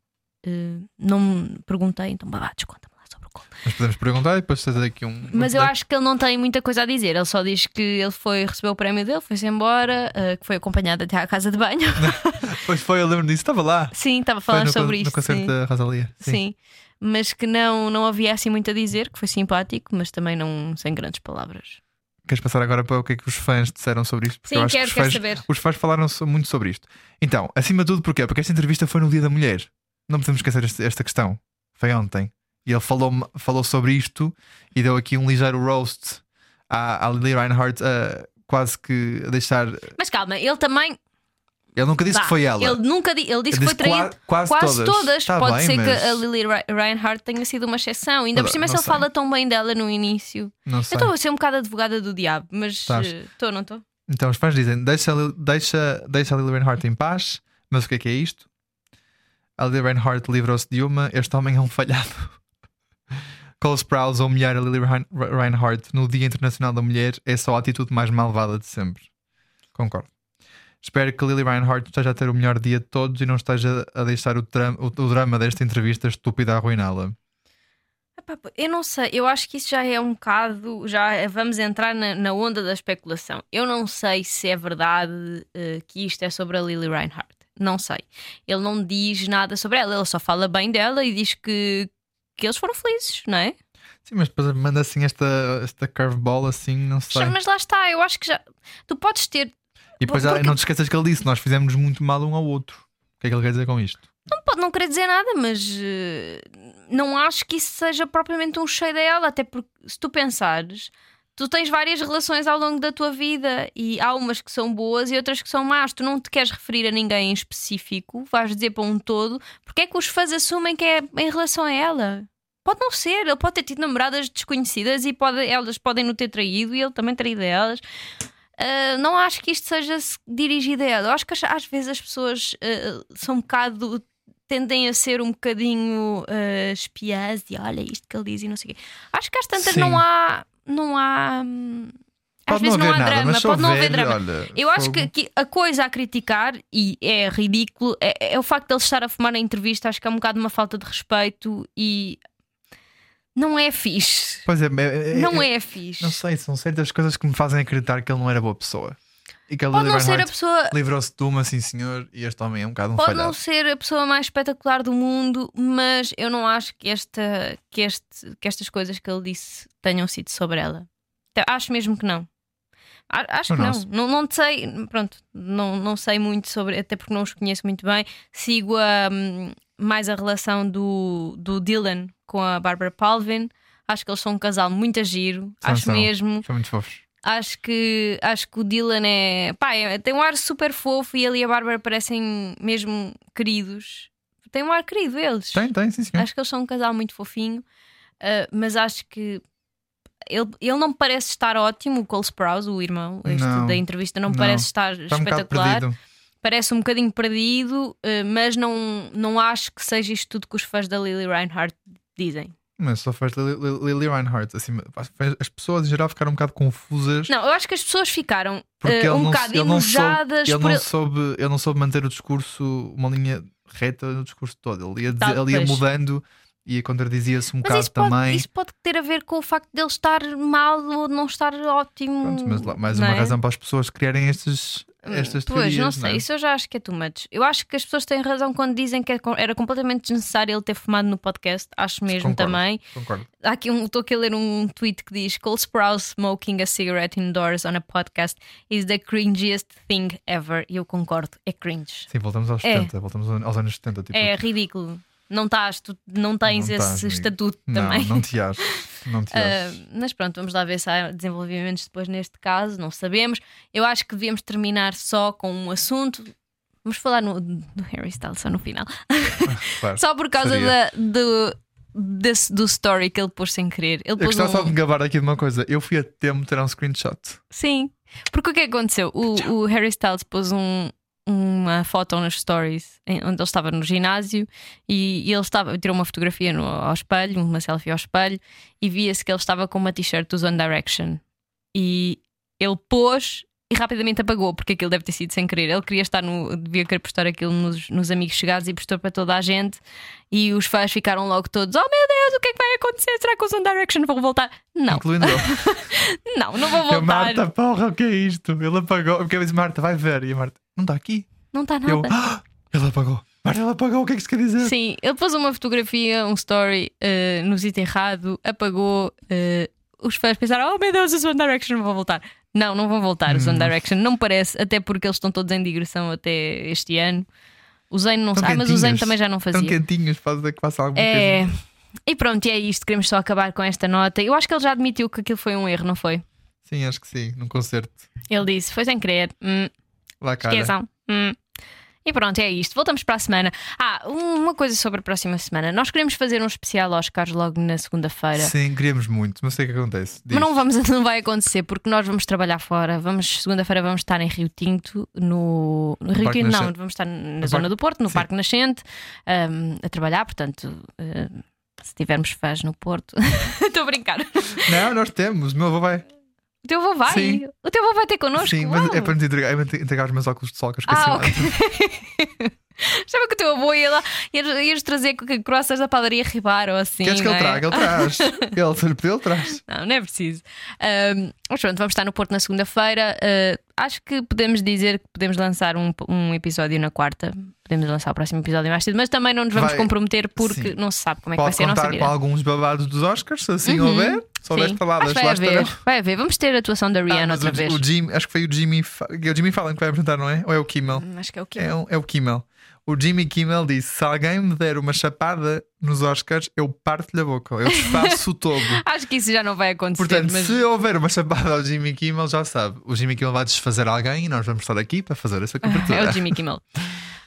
[SPEAKER 6] eh, não me perguntei, então babados, conta-me lá sobre o Cole.
[SPEAKER 5] Mas podemos perguntar e depois fazer aqui um.
[SPEAKER 6] Mas eu
[SPEAKER 5] um-
[SPEAKER 6] acho que ele não tem muita coisa a dizer. Ele só diz que ele foi, recebeu o prémio dele, foi-se embora, eh, que foi acompanhado até à casa de banho.
[SPEAKER 5] Pois foi, eu lembro disso, estava lá.
[SPEAKER 6] Sim, estava a
[SPEAKER 5] Foi
[SPEAKER 6] falar
[SPEAKER 5] no,
[SPEAKER 6] sobre
[SPEAKER 5] con-
[SPEAKER 6] isto.
[SPEAKER 5] No concerto
[SPEAKER 6] sim.
[SPEAKER 5] da Rosalia.
[SPEAKER 6] Sim. Mas que não, não havia assim muito a dizer, que foi simpático, mas também não sem grandes palavras.
[SPEAKER 5] Queres passar agora para o que é que os fãs disseram sobre isto?
[SPEAKER 6] Sim,
[SPEAKER 5] eu acho
[SPEAKER 6] quero,
[SPEAKER 5] que os
[SPEAKER 6] quero
[SPEAKER 5] fãs,
[SPEAKER 6] saber.
[SPEAKER 5] Os fãs falaram so- muito sobre isto. Então, acima de tudo, porquê? Porque esta entrevista foi no Dia da Mulher. Não podemos esquecer este- esta questão. Foi ontem. E ele falou, falou sobre isto e deu aqui um ligeiro roast à, à Lily Reinhardt, a quase que a deixar.
[SPEAKER 6] Mas calma, ele também.
[SPEAKER 5] Ele nunca disse
[SPEAKER 6] vá,
[SPEAKER 5] que foi ela.
[SPEAKER 6] Ele nunca di- ele disse
[SPEAKER 5] Ele
[SPEAKER 6] que foi
[SPEAKER 5] disse qua-
[SPEAKER 6] traído.
[SPEAKER 5] quase todas. Tá
[SPEAKER 6] Pode
[SPEAKER 5] bem,
[SPEAKER 6] ser
[SPEAKER 5] mas-
[SPEAKER 6] que a Lily Ra- Reinhardt tenha sido uma exceção. Ainda
[SPEAKER 5] Olha,
[SPEAKER 6] por cima, se
[SPEAKER 5] não
[SPEAKER 6] ele
[SPEAKER 5] sei.
[SPEAKER 6] fala tão bem dela no início.
[SPEAKER 5] Não
[SPEAKER 6] Eu
[SPEAKER 5] sei.
[SPEAKER 6] estou a ser um bocado advogada do diabo, mas eh,
[SPEAKER 5] Estás.
[SPEAKER 6] estou, não estou?
[SPEAKER 5] Então os fãs dizem: deixa, deixa, deixa a Lily Reinhardt em paz, mas o que é que é isto? Alia Reinhardt livrou-se de uma, este homem é um falhado. Cole Sprouse humilhar a Lily Rein- Reinhardt no Dia Internacional da Mulher é só a atitude mais malvada de sempre. Concordo. Espero que Lily Reinhardt esteja a ter o melhor dia de todos e não esteja a deixar o, tram- o- o drama desta entrevista estúpida a arruiná-la.
[SPEAKER 6] Epá, Eu não sei, eu acho que isso já é um bocado. Já é- vamos entrar na, na onda da especulação. Eu não sei se é verdade eh, que isto é sobre a Lily Reinhardt. Não sei. Ele não diz nada sobre ela, ele só fala bem dela e diz que, que eles foram felizes, não é?
[SPEAKER 5] Sim, mas depois manda assim esta, esta curveball assim, não sei.
[SPEAKER 6] Mas lá está, eu acho que já. Tu podes ter
[SPEAKER 5] E depois
[SPEAKER 6] porque-
[SPEAKER 5] ah, não te esqueças que ele disse: Nós fizemos muito mal um ao outro. O que é que ele quer dizer com isto?
[SPEAKER 6] pode não querer dizer nada, mas eh, não acho que isso seja propriamente um cheio dela, até porque se tu pensares, tu tens várias relações ao longo da tua vida e há umas que são boas e outras que são más. Tu não te queres referir a ninguém em específico, vais dizer para um todo, porque é que os fãs assumem que é em relação a ela? Pode não ser, ele pode ter tido namoradas desconhecidas e pode- elas podem não ter traído e ele também traído a elas. Uh, não acho que isto seja se- dirigido a ela. Eu acho que às- às vezes as pessoas uh, são um bocado. tendem a ser um bocadinho uh, espiãs e olha isto que ele diz e não sei o quê. Acho que às tantas
[SPEAKER 5] Sim.
[SPEAKER 6] não há. Não há. hum, Às vezes não há drama,
[SPEAKER 5] se
[SPEAKER 6] pode não haver
[SPEAKER 5] houver,
[SPEAKER 6] drama.
[SPEAKER 5] olha,
[SPEAKER 6] Eu acho
[SPEAKER 5] fogo.
[SPEAKER 6] que, que a coisa a criticar, e é ridículo, é, é o facto de ele estar a fumar na entrevista. Acho que é um bocado uma falta de respeito e. Não é fixe.
[SPEAKER 5] Pois é, é,
[SPEAKER 6] Não
[SPEAKER 5] é.
[SPEAKER 6] é fixe.
[SPEAKER 5] Não sei, são certas coisas que me fazem acreditar que ele não era boa pessoa. E que a
[SPEAKER 6] Pode
[SPEAKER 5] Lily
[SPEAKER 6] não ser a
[SPEAKER 5] Reinhardt
[SPEAKER 6] pessoa.
[SPEAKER 5] livrou-se de uma, sim senhor, e este homem é um bocado um
[SPEAKER 6] Pode
[SPEAKER 5] falhado.
[SPEAKER 6] não ser a pessoa mais espetacular do mundo, mas eu não acho que, esta, que, este, que estas coisas que ele disse tenham sido sobre ela. Te- Acho mesmo que não. A- Acho
[SPEAKER 5] Ou
[SPEAKER 6] que
[SPEAKER 5] não.
[SPEAKER 6] não. Não, não sei, pronto, não, não sei muito sobre, até porque não os conheço muito bem. Sigo a, hum, mais a relação do, do Dylan com a Barbara Palvin. Acho que eles são um casal muito a giro.
[SPEAKER 5] São,
[SPEAKER 6] acho
[SPEAKER 5] são.
[SPEAKER 6] mesmo.
[SPEAKER 5] São muito fofos.
[SPEAKER 6] Acho que, acho que o Dylan é. Pá, é- tem um ar super fofo e ele e a Bárbara parecem mesmo queridos. Tem um ar querido eles.
[SPEAKER 5] Tem, tem, sim senhor.
[SPEAKER 6] Acho que eles são um casal muito fofinho, ah, mas acho que. Ele, ele não me parece estar ótimo, o Cole Sprouse, o irmão este
[SPEAKER 5] Não.
[SPEAKER 6] da entrevista, não me
[SPEAKER 5] Não.
[SPEAKER 6] parece estar
[SPEAKER 5] Está um bocado
[SPEAKER 6] espetacular.
[SPEAKER 5] perdido.
[SPEAKER 6] parece um bocadinho perdido, ah, mas não, não acho que seja isto tudo que os fãs da Lily Reinhardt dizem.
[SPEAKER 5] Mas só faz Lily- Lily Lily Reinhardt. Assim, as pessoas em geral ficaram um bocado confusas.
[SPEAKER 6] Não, eu acho que as pessoas ficaram
[SPEAKER 5] Porque
[SPEAKER 6] ah,
[SPEAKER 5] ele
[SPEAKER 6] um
[SPEAKER 5] não,
[SPEAKER 6] bocado
[SPEAKER 5] ele não soube,
[SPEAKER 6] enojadas
[SPEAKER 5] ele
[SPEAKER 6] por
[SPEAKER 5] não soube, ele não soube manter o discurso, uma linha reta no discurso todo. Ele ia, dizer-
[SPEAKER 6] Tá,
[SPEAKER 5] ele ia
[SPEAKER 6] pois.
[SPEAKER 5] mudando e contradizia-se um
[SPEAKER 6] Mas
[SPEAKER 5] bocado
[SPEAKER 6] isso pode,
[SPEAKER 5] também.
[SPEAKER 6] isso pode ter a ver com o facto dele estar mal ou de não estar ótimo.
[SPEAKER 5] Pronto, mas lá- mais
[SPEAKER 6] não
[SPEAKER 5] uma
[SPEAKER 6] é? Hum,
[SPEAKER 5] razão para as pessoas criarem estas, estas
[SPEAKER 6] Pois,
[SPEAKER 5] teorias.
[SPEAKER 6] não sei,
[SPEAKER 5] é?
[SPEAKER 6] isso eu já acho que é too much. Eu acho que as pessoas têm razão quando dizem que é com- era completamente desnecessário ele ter fumado no podcast, acho mesmo
[SPEAKER 5] Concordo.
[SPEAKER 6] também.
[SPEAKER 5] Concordo.
[SPEAKER 6] Há aqui um, estou aqui a ler um tweet que diz: Cole Sprouse smoking a cigarette indoors on a podcast is the cringiest thing ever. E eu concordo, é cringe.
[SPEAKER 5] Sim, voltamos aos
[SPEAKER 6] É.
[SPEAKER 5] 70, voltamos aos anos 70. Tipo,
[SPEAKER 6] É ridículo. Não estás, tu não tens
[SPEAKER 5] Não
[SPEAKER 6] esse
[SPEAKER 5] estás, amigo.
[SPEAKER 6] estatuto
[SPEAKER 5] não,
[SPEAKER 6] também.
[SPEAKER 5] não te acho. Não te
[SPEAKER 6] Ah,
[SPEAKER 5] acho.
[SPEAKER 6] mas pronto, vamos lá ver se há desenvolvimentos depois neste caso, não sabemos. Eu acho que devíamos terminar só com um assunto. Vamos falar no, do Harry Styles só no final.
[SPEAKER 5] Claro.
[SPEAKER 6] Só por causa
[SPEAKER 5] Seria.
[SPEAKER 6] da, do, desse- do story que ele pôs sem querer. Ele
[SPEAKER 5] Eu
[SPEAKER 6] pôs
[SPEAKER 5] gostava só de
[SPEAKER 6] um-
[SPEAKER 5] me gabar aqui de uma coisa. Eu fui a tempo de tirar um screenshot.
[SPEAKER 6] Sim, porque o que é que aconteceu? O, o Harry Styles pôs um- uma foto nas stories em- onde ele estava no ginásio e, e ele estava, tirou uma fotografia no- ao espelho, uma selfie ao espelho, e via-se que ele estava com uma t-shirt dos One Direction. E ele pôs e rapidamente apagou, porque aquilo deve ter sido sem querer. Ele queria estar no. devia querer postar aquilo nos, nos amigos chegados e postou para toda a gente. E os fãs ficaram logo todos: Oh meu Deus, o que é que vai acontecer? Será que os One Direction vão voltar? Não,
[SPEAKER 5] Incluindo eu.
[SPEAKER 6] não, não vão
[SPEAKER 5] Eu,
[SPEAKER 6] voltar.
[SPEAKER 5] Marta, porra, o que é isto? Ele apagou. Porque eu disse, Marta, vai ver. E a Marta, não está aqui.
[SPEAKER 6] Não está
[SPEAKER 5] Eu,
[SPEAKER 6] nada.
[SPEAKER 5] "Ah, ele apagou. Marta, ele apagou. O que é que isso quer dizer?
[SPEAKER 6] Sim, ele pôs uma fotografia, um story eh, no sítio errado, apagou. eh, os fãs pensaram: oh meu Deus, os One Direction vão voltar. Não, não vão voltar. Os
[SPEAKER 5] Uhum.
[SPEAKER 6] One Direction não me parece, até porque eles estão todos em digressão até este ano. O Zayn não
[SPEAKER 5] Tão
[SPEAKER 6] sabe, ah, mas o
[SPEAKER 5] quentinhos.
[SPEAKER 6] Zayn também já não
[SPEAKER 5] Tão
[SPEAKER 6] fazia.
[SPEAKER 5] quentinhos, faz que faça alguma
[SPEAKER 6] É.
[SPEAKER 5] coisa.
[SPEAKER 6] E pronto, e é isto. Queremos só acabar com esta nota. Eu acho que ele já admitiu que aquilo foi um erro, não foi?
[SPEAKER 5] Sim, acho que sim. Num concerto.
[SPEAKER 6] Ele disse: foi sem querer. Hum,
[SPEAKER 5] Lá, cara.
[SPEAKER 6] esqueçam. Hum. E pronto, é isto. Voltamos para a semana. Ah, uma coisa sobre a próxima semana. Nós queremos fazer um especial Oscars logo na segunda-feira.
[SPEAKER 5] Sim, queríamos muito, mas sei o que acontece. Diz.
[SPEAKER 6] Mas não, vamos, não vai acontecer porque nós vamos trabalhar fora. Vamos segunda-feira vamos estar em Rio Tinto, no, no Rio
[SPEAKER 5] Parque
[SPEAKER 6] Tinto, não,
[SPEAKER 5] Nascente.
[SPEAKER 6] vamos estar na zona
[SPEAKER 5] Parque-
[SPEAKER 6] do Porto, no
[SPEAKER 5] sim.
[SPEAKER 6] Parque Nascente, hum, a trabalhar, portanto, hum, se tivermos fãs no Porto, estou a brincar. O
[SPEAKER 5] Não, nós temos. O meu avô vai.
[SPEAKER 6] teu avô vai,
[SPEAKER 5] Sim.
[SPEAKER 6] o teu avô vai ter connosco.
[SPEAKER 5] Sim, mas é
[SPEAKER 6] uau.
[SPEAKER 5] para nos entregar, é para te entregar os meus óculos de sol que eu esqueci
[SPEAKER 6] Ah,
[SPEAKER 5] lá.
[SPEAKER 6] ok. Sabe que o teu avô ia lá, ia- ia-lhes trazer co- croissants da padaria Ribar ou assim.
[SPEAKER 5] Queres que ele
[SPEAKER 6] não é?
[SPEAKER 5] traga? Ele traz. ele, se lhe pedir, ele traz.
[SPEAKER 6] Não, não é preciso. Ahm, mas pronto, vamos estar no Porto na segunda-feira. Ah, acho que podemos dizer que podemos lançar um, um episódio na quarta. Podemos lançar o próximo episódio mais cedo, mas também não nos vamos
[SPEAKER 5] Vai-
[SPEAKER 6] comprometer porque
[SPEAKER 5] Sim.
[SPEAKER 6] não se sabe como é que vai
[SPEAKER 5] Pode
[SPEAKER 6] ser a nossa
[SPEAKER 5] contar com
[SPEAKER 6] vida. Uhum.
[SPEAKER 5] alguns babados dos Oscars, se assim houver. Se houver
[SPEAKER 6] Sim.
[SPEAKER 5] faladas,
[SPEAKER 6] Acho que
[SPEAKER 5] lá
[SPEAKER 6] vai haver,
[SPEAKER 5] estarão.
[SPEAKER 6] vai haver. Vamos ter a atuação da
[SPEAKER 5] Ah,
[SPEAKER 6] Rihanna
[SPEAKER 5] mas
[SPEAKER 6] outra
[SPEAKER 5] o,
[SPEAKER 6] vez.
[SPEAKER 5] o Jim, acho que foi o Jimmy. Fa- É o Jimmy Fallon que vai apresentar, não é? Ou é o Kimmel?
[SPEAKER 6] Hum, Acho que é o quê?
[SPEAKER 5] É, o- é o Kimmel. O Jimmy Kimmel disse: se alguém me der uma chapada nos Oscars, eu parto-lhe a boca, eu faço o todo.
[SPEAKER 6] Acho que isso já não vai acontecer.
[SPEAKER 5] Portanto,
[SPEAKER 6] mas... é
[SPEAKER 5] se houver uma chapada ao Jimmy Kimmel, já sabe. O Jimmy Kimmel vai desfazer alguém e nós vamos estar aqui para fazer essa cobertura.
[SPEAKER 6] É o Jimmy Kimmel.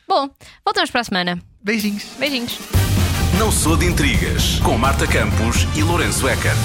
[SPEAKER 6] Bom, voltamos para a semana.
[SPEAKER 5] Beijinhos.
[SPEAKER 6] Beijinhos.
[SPEAKER 4] Não sou de intrigas com Marta Campos e Lourenço Eker.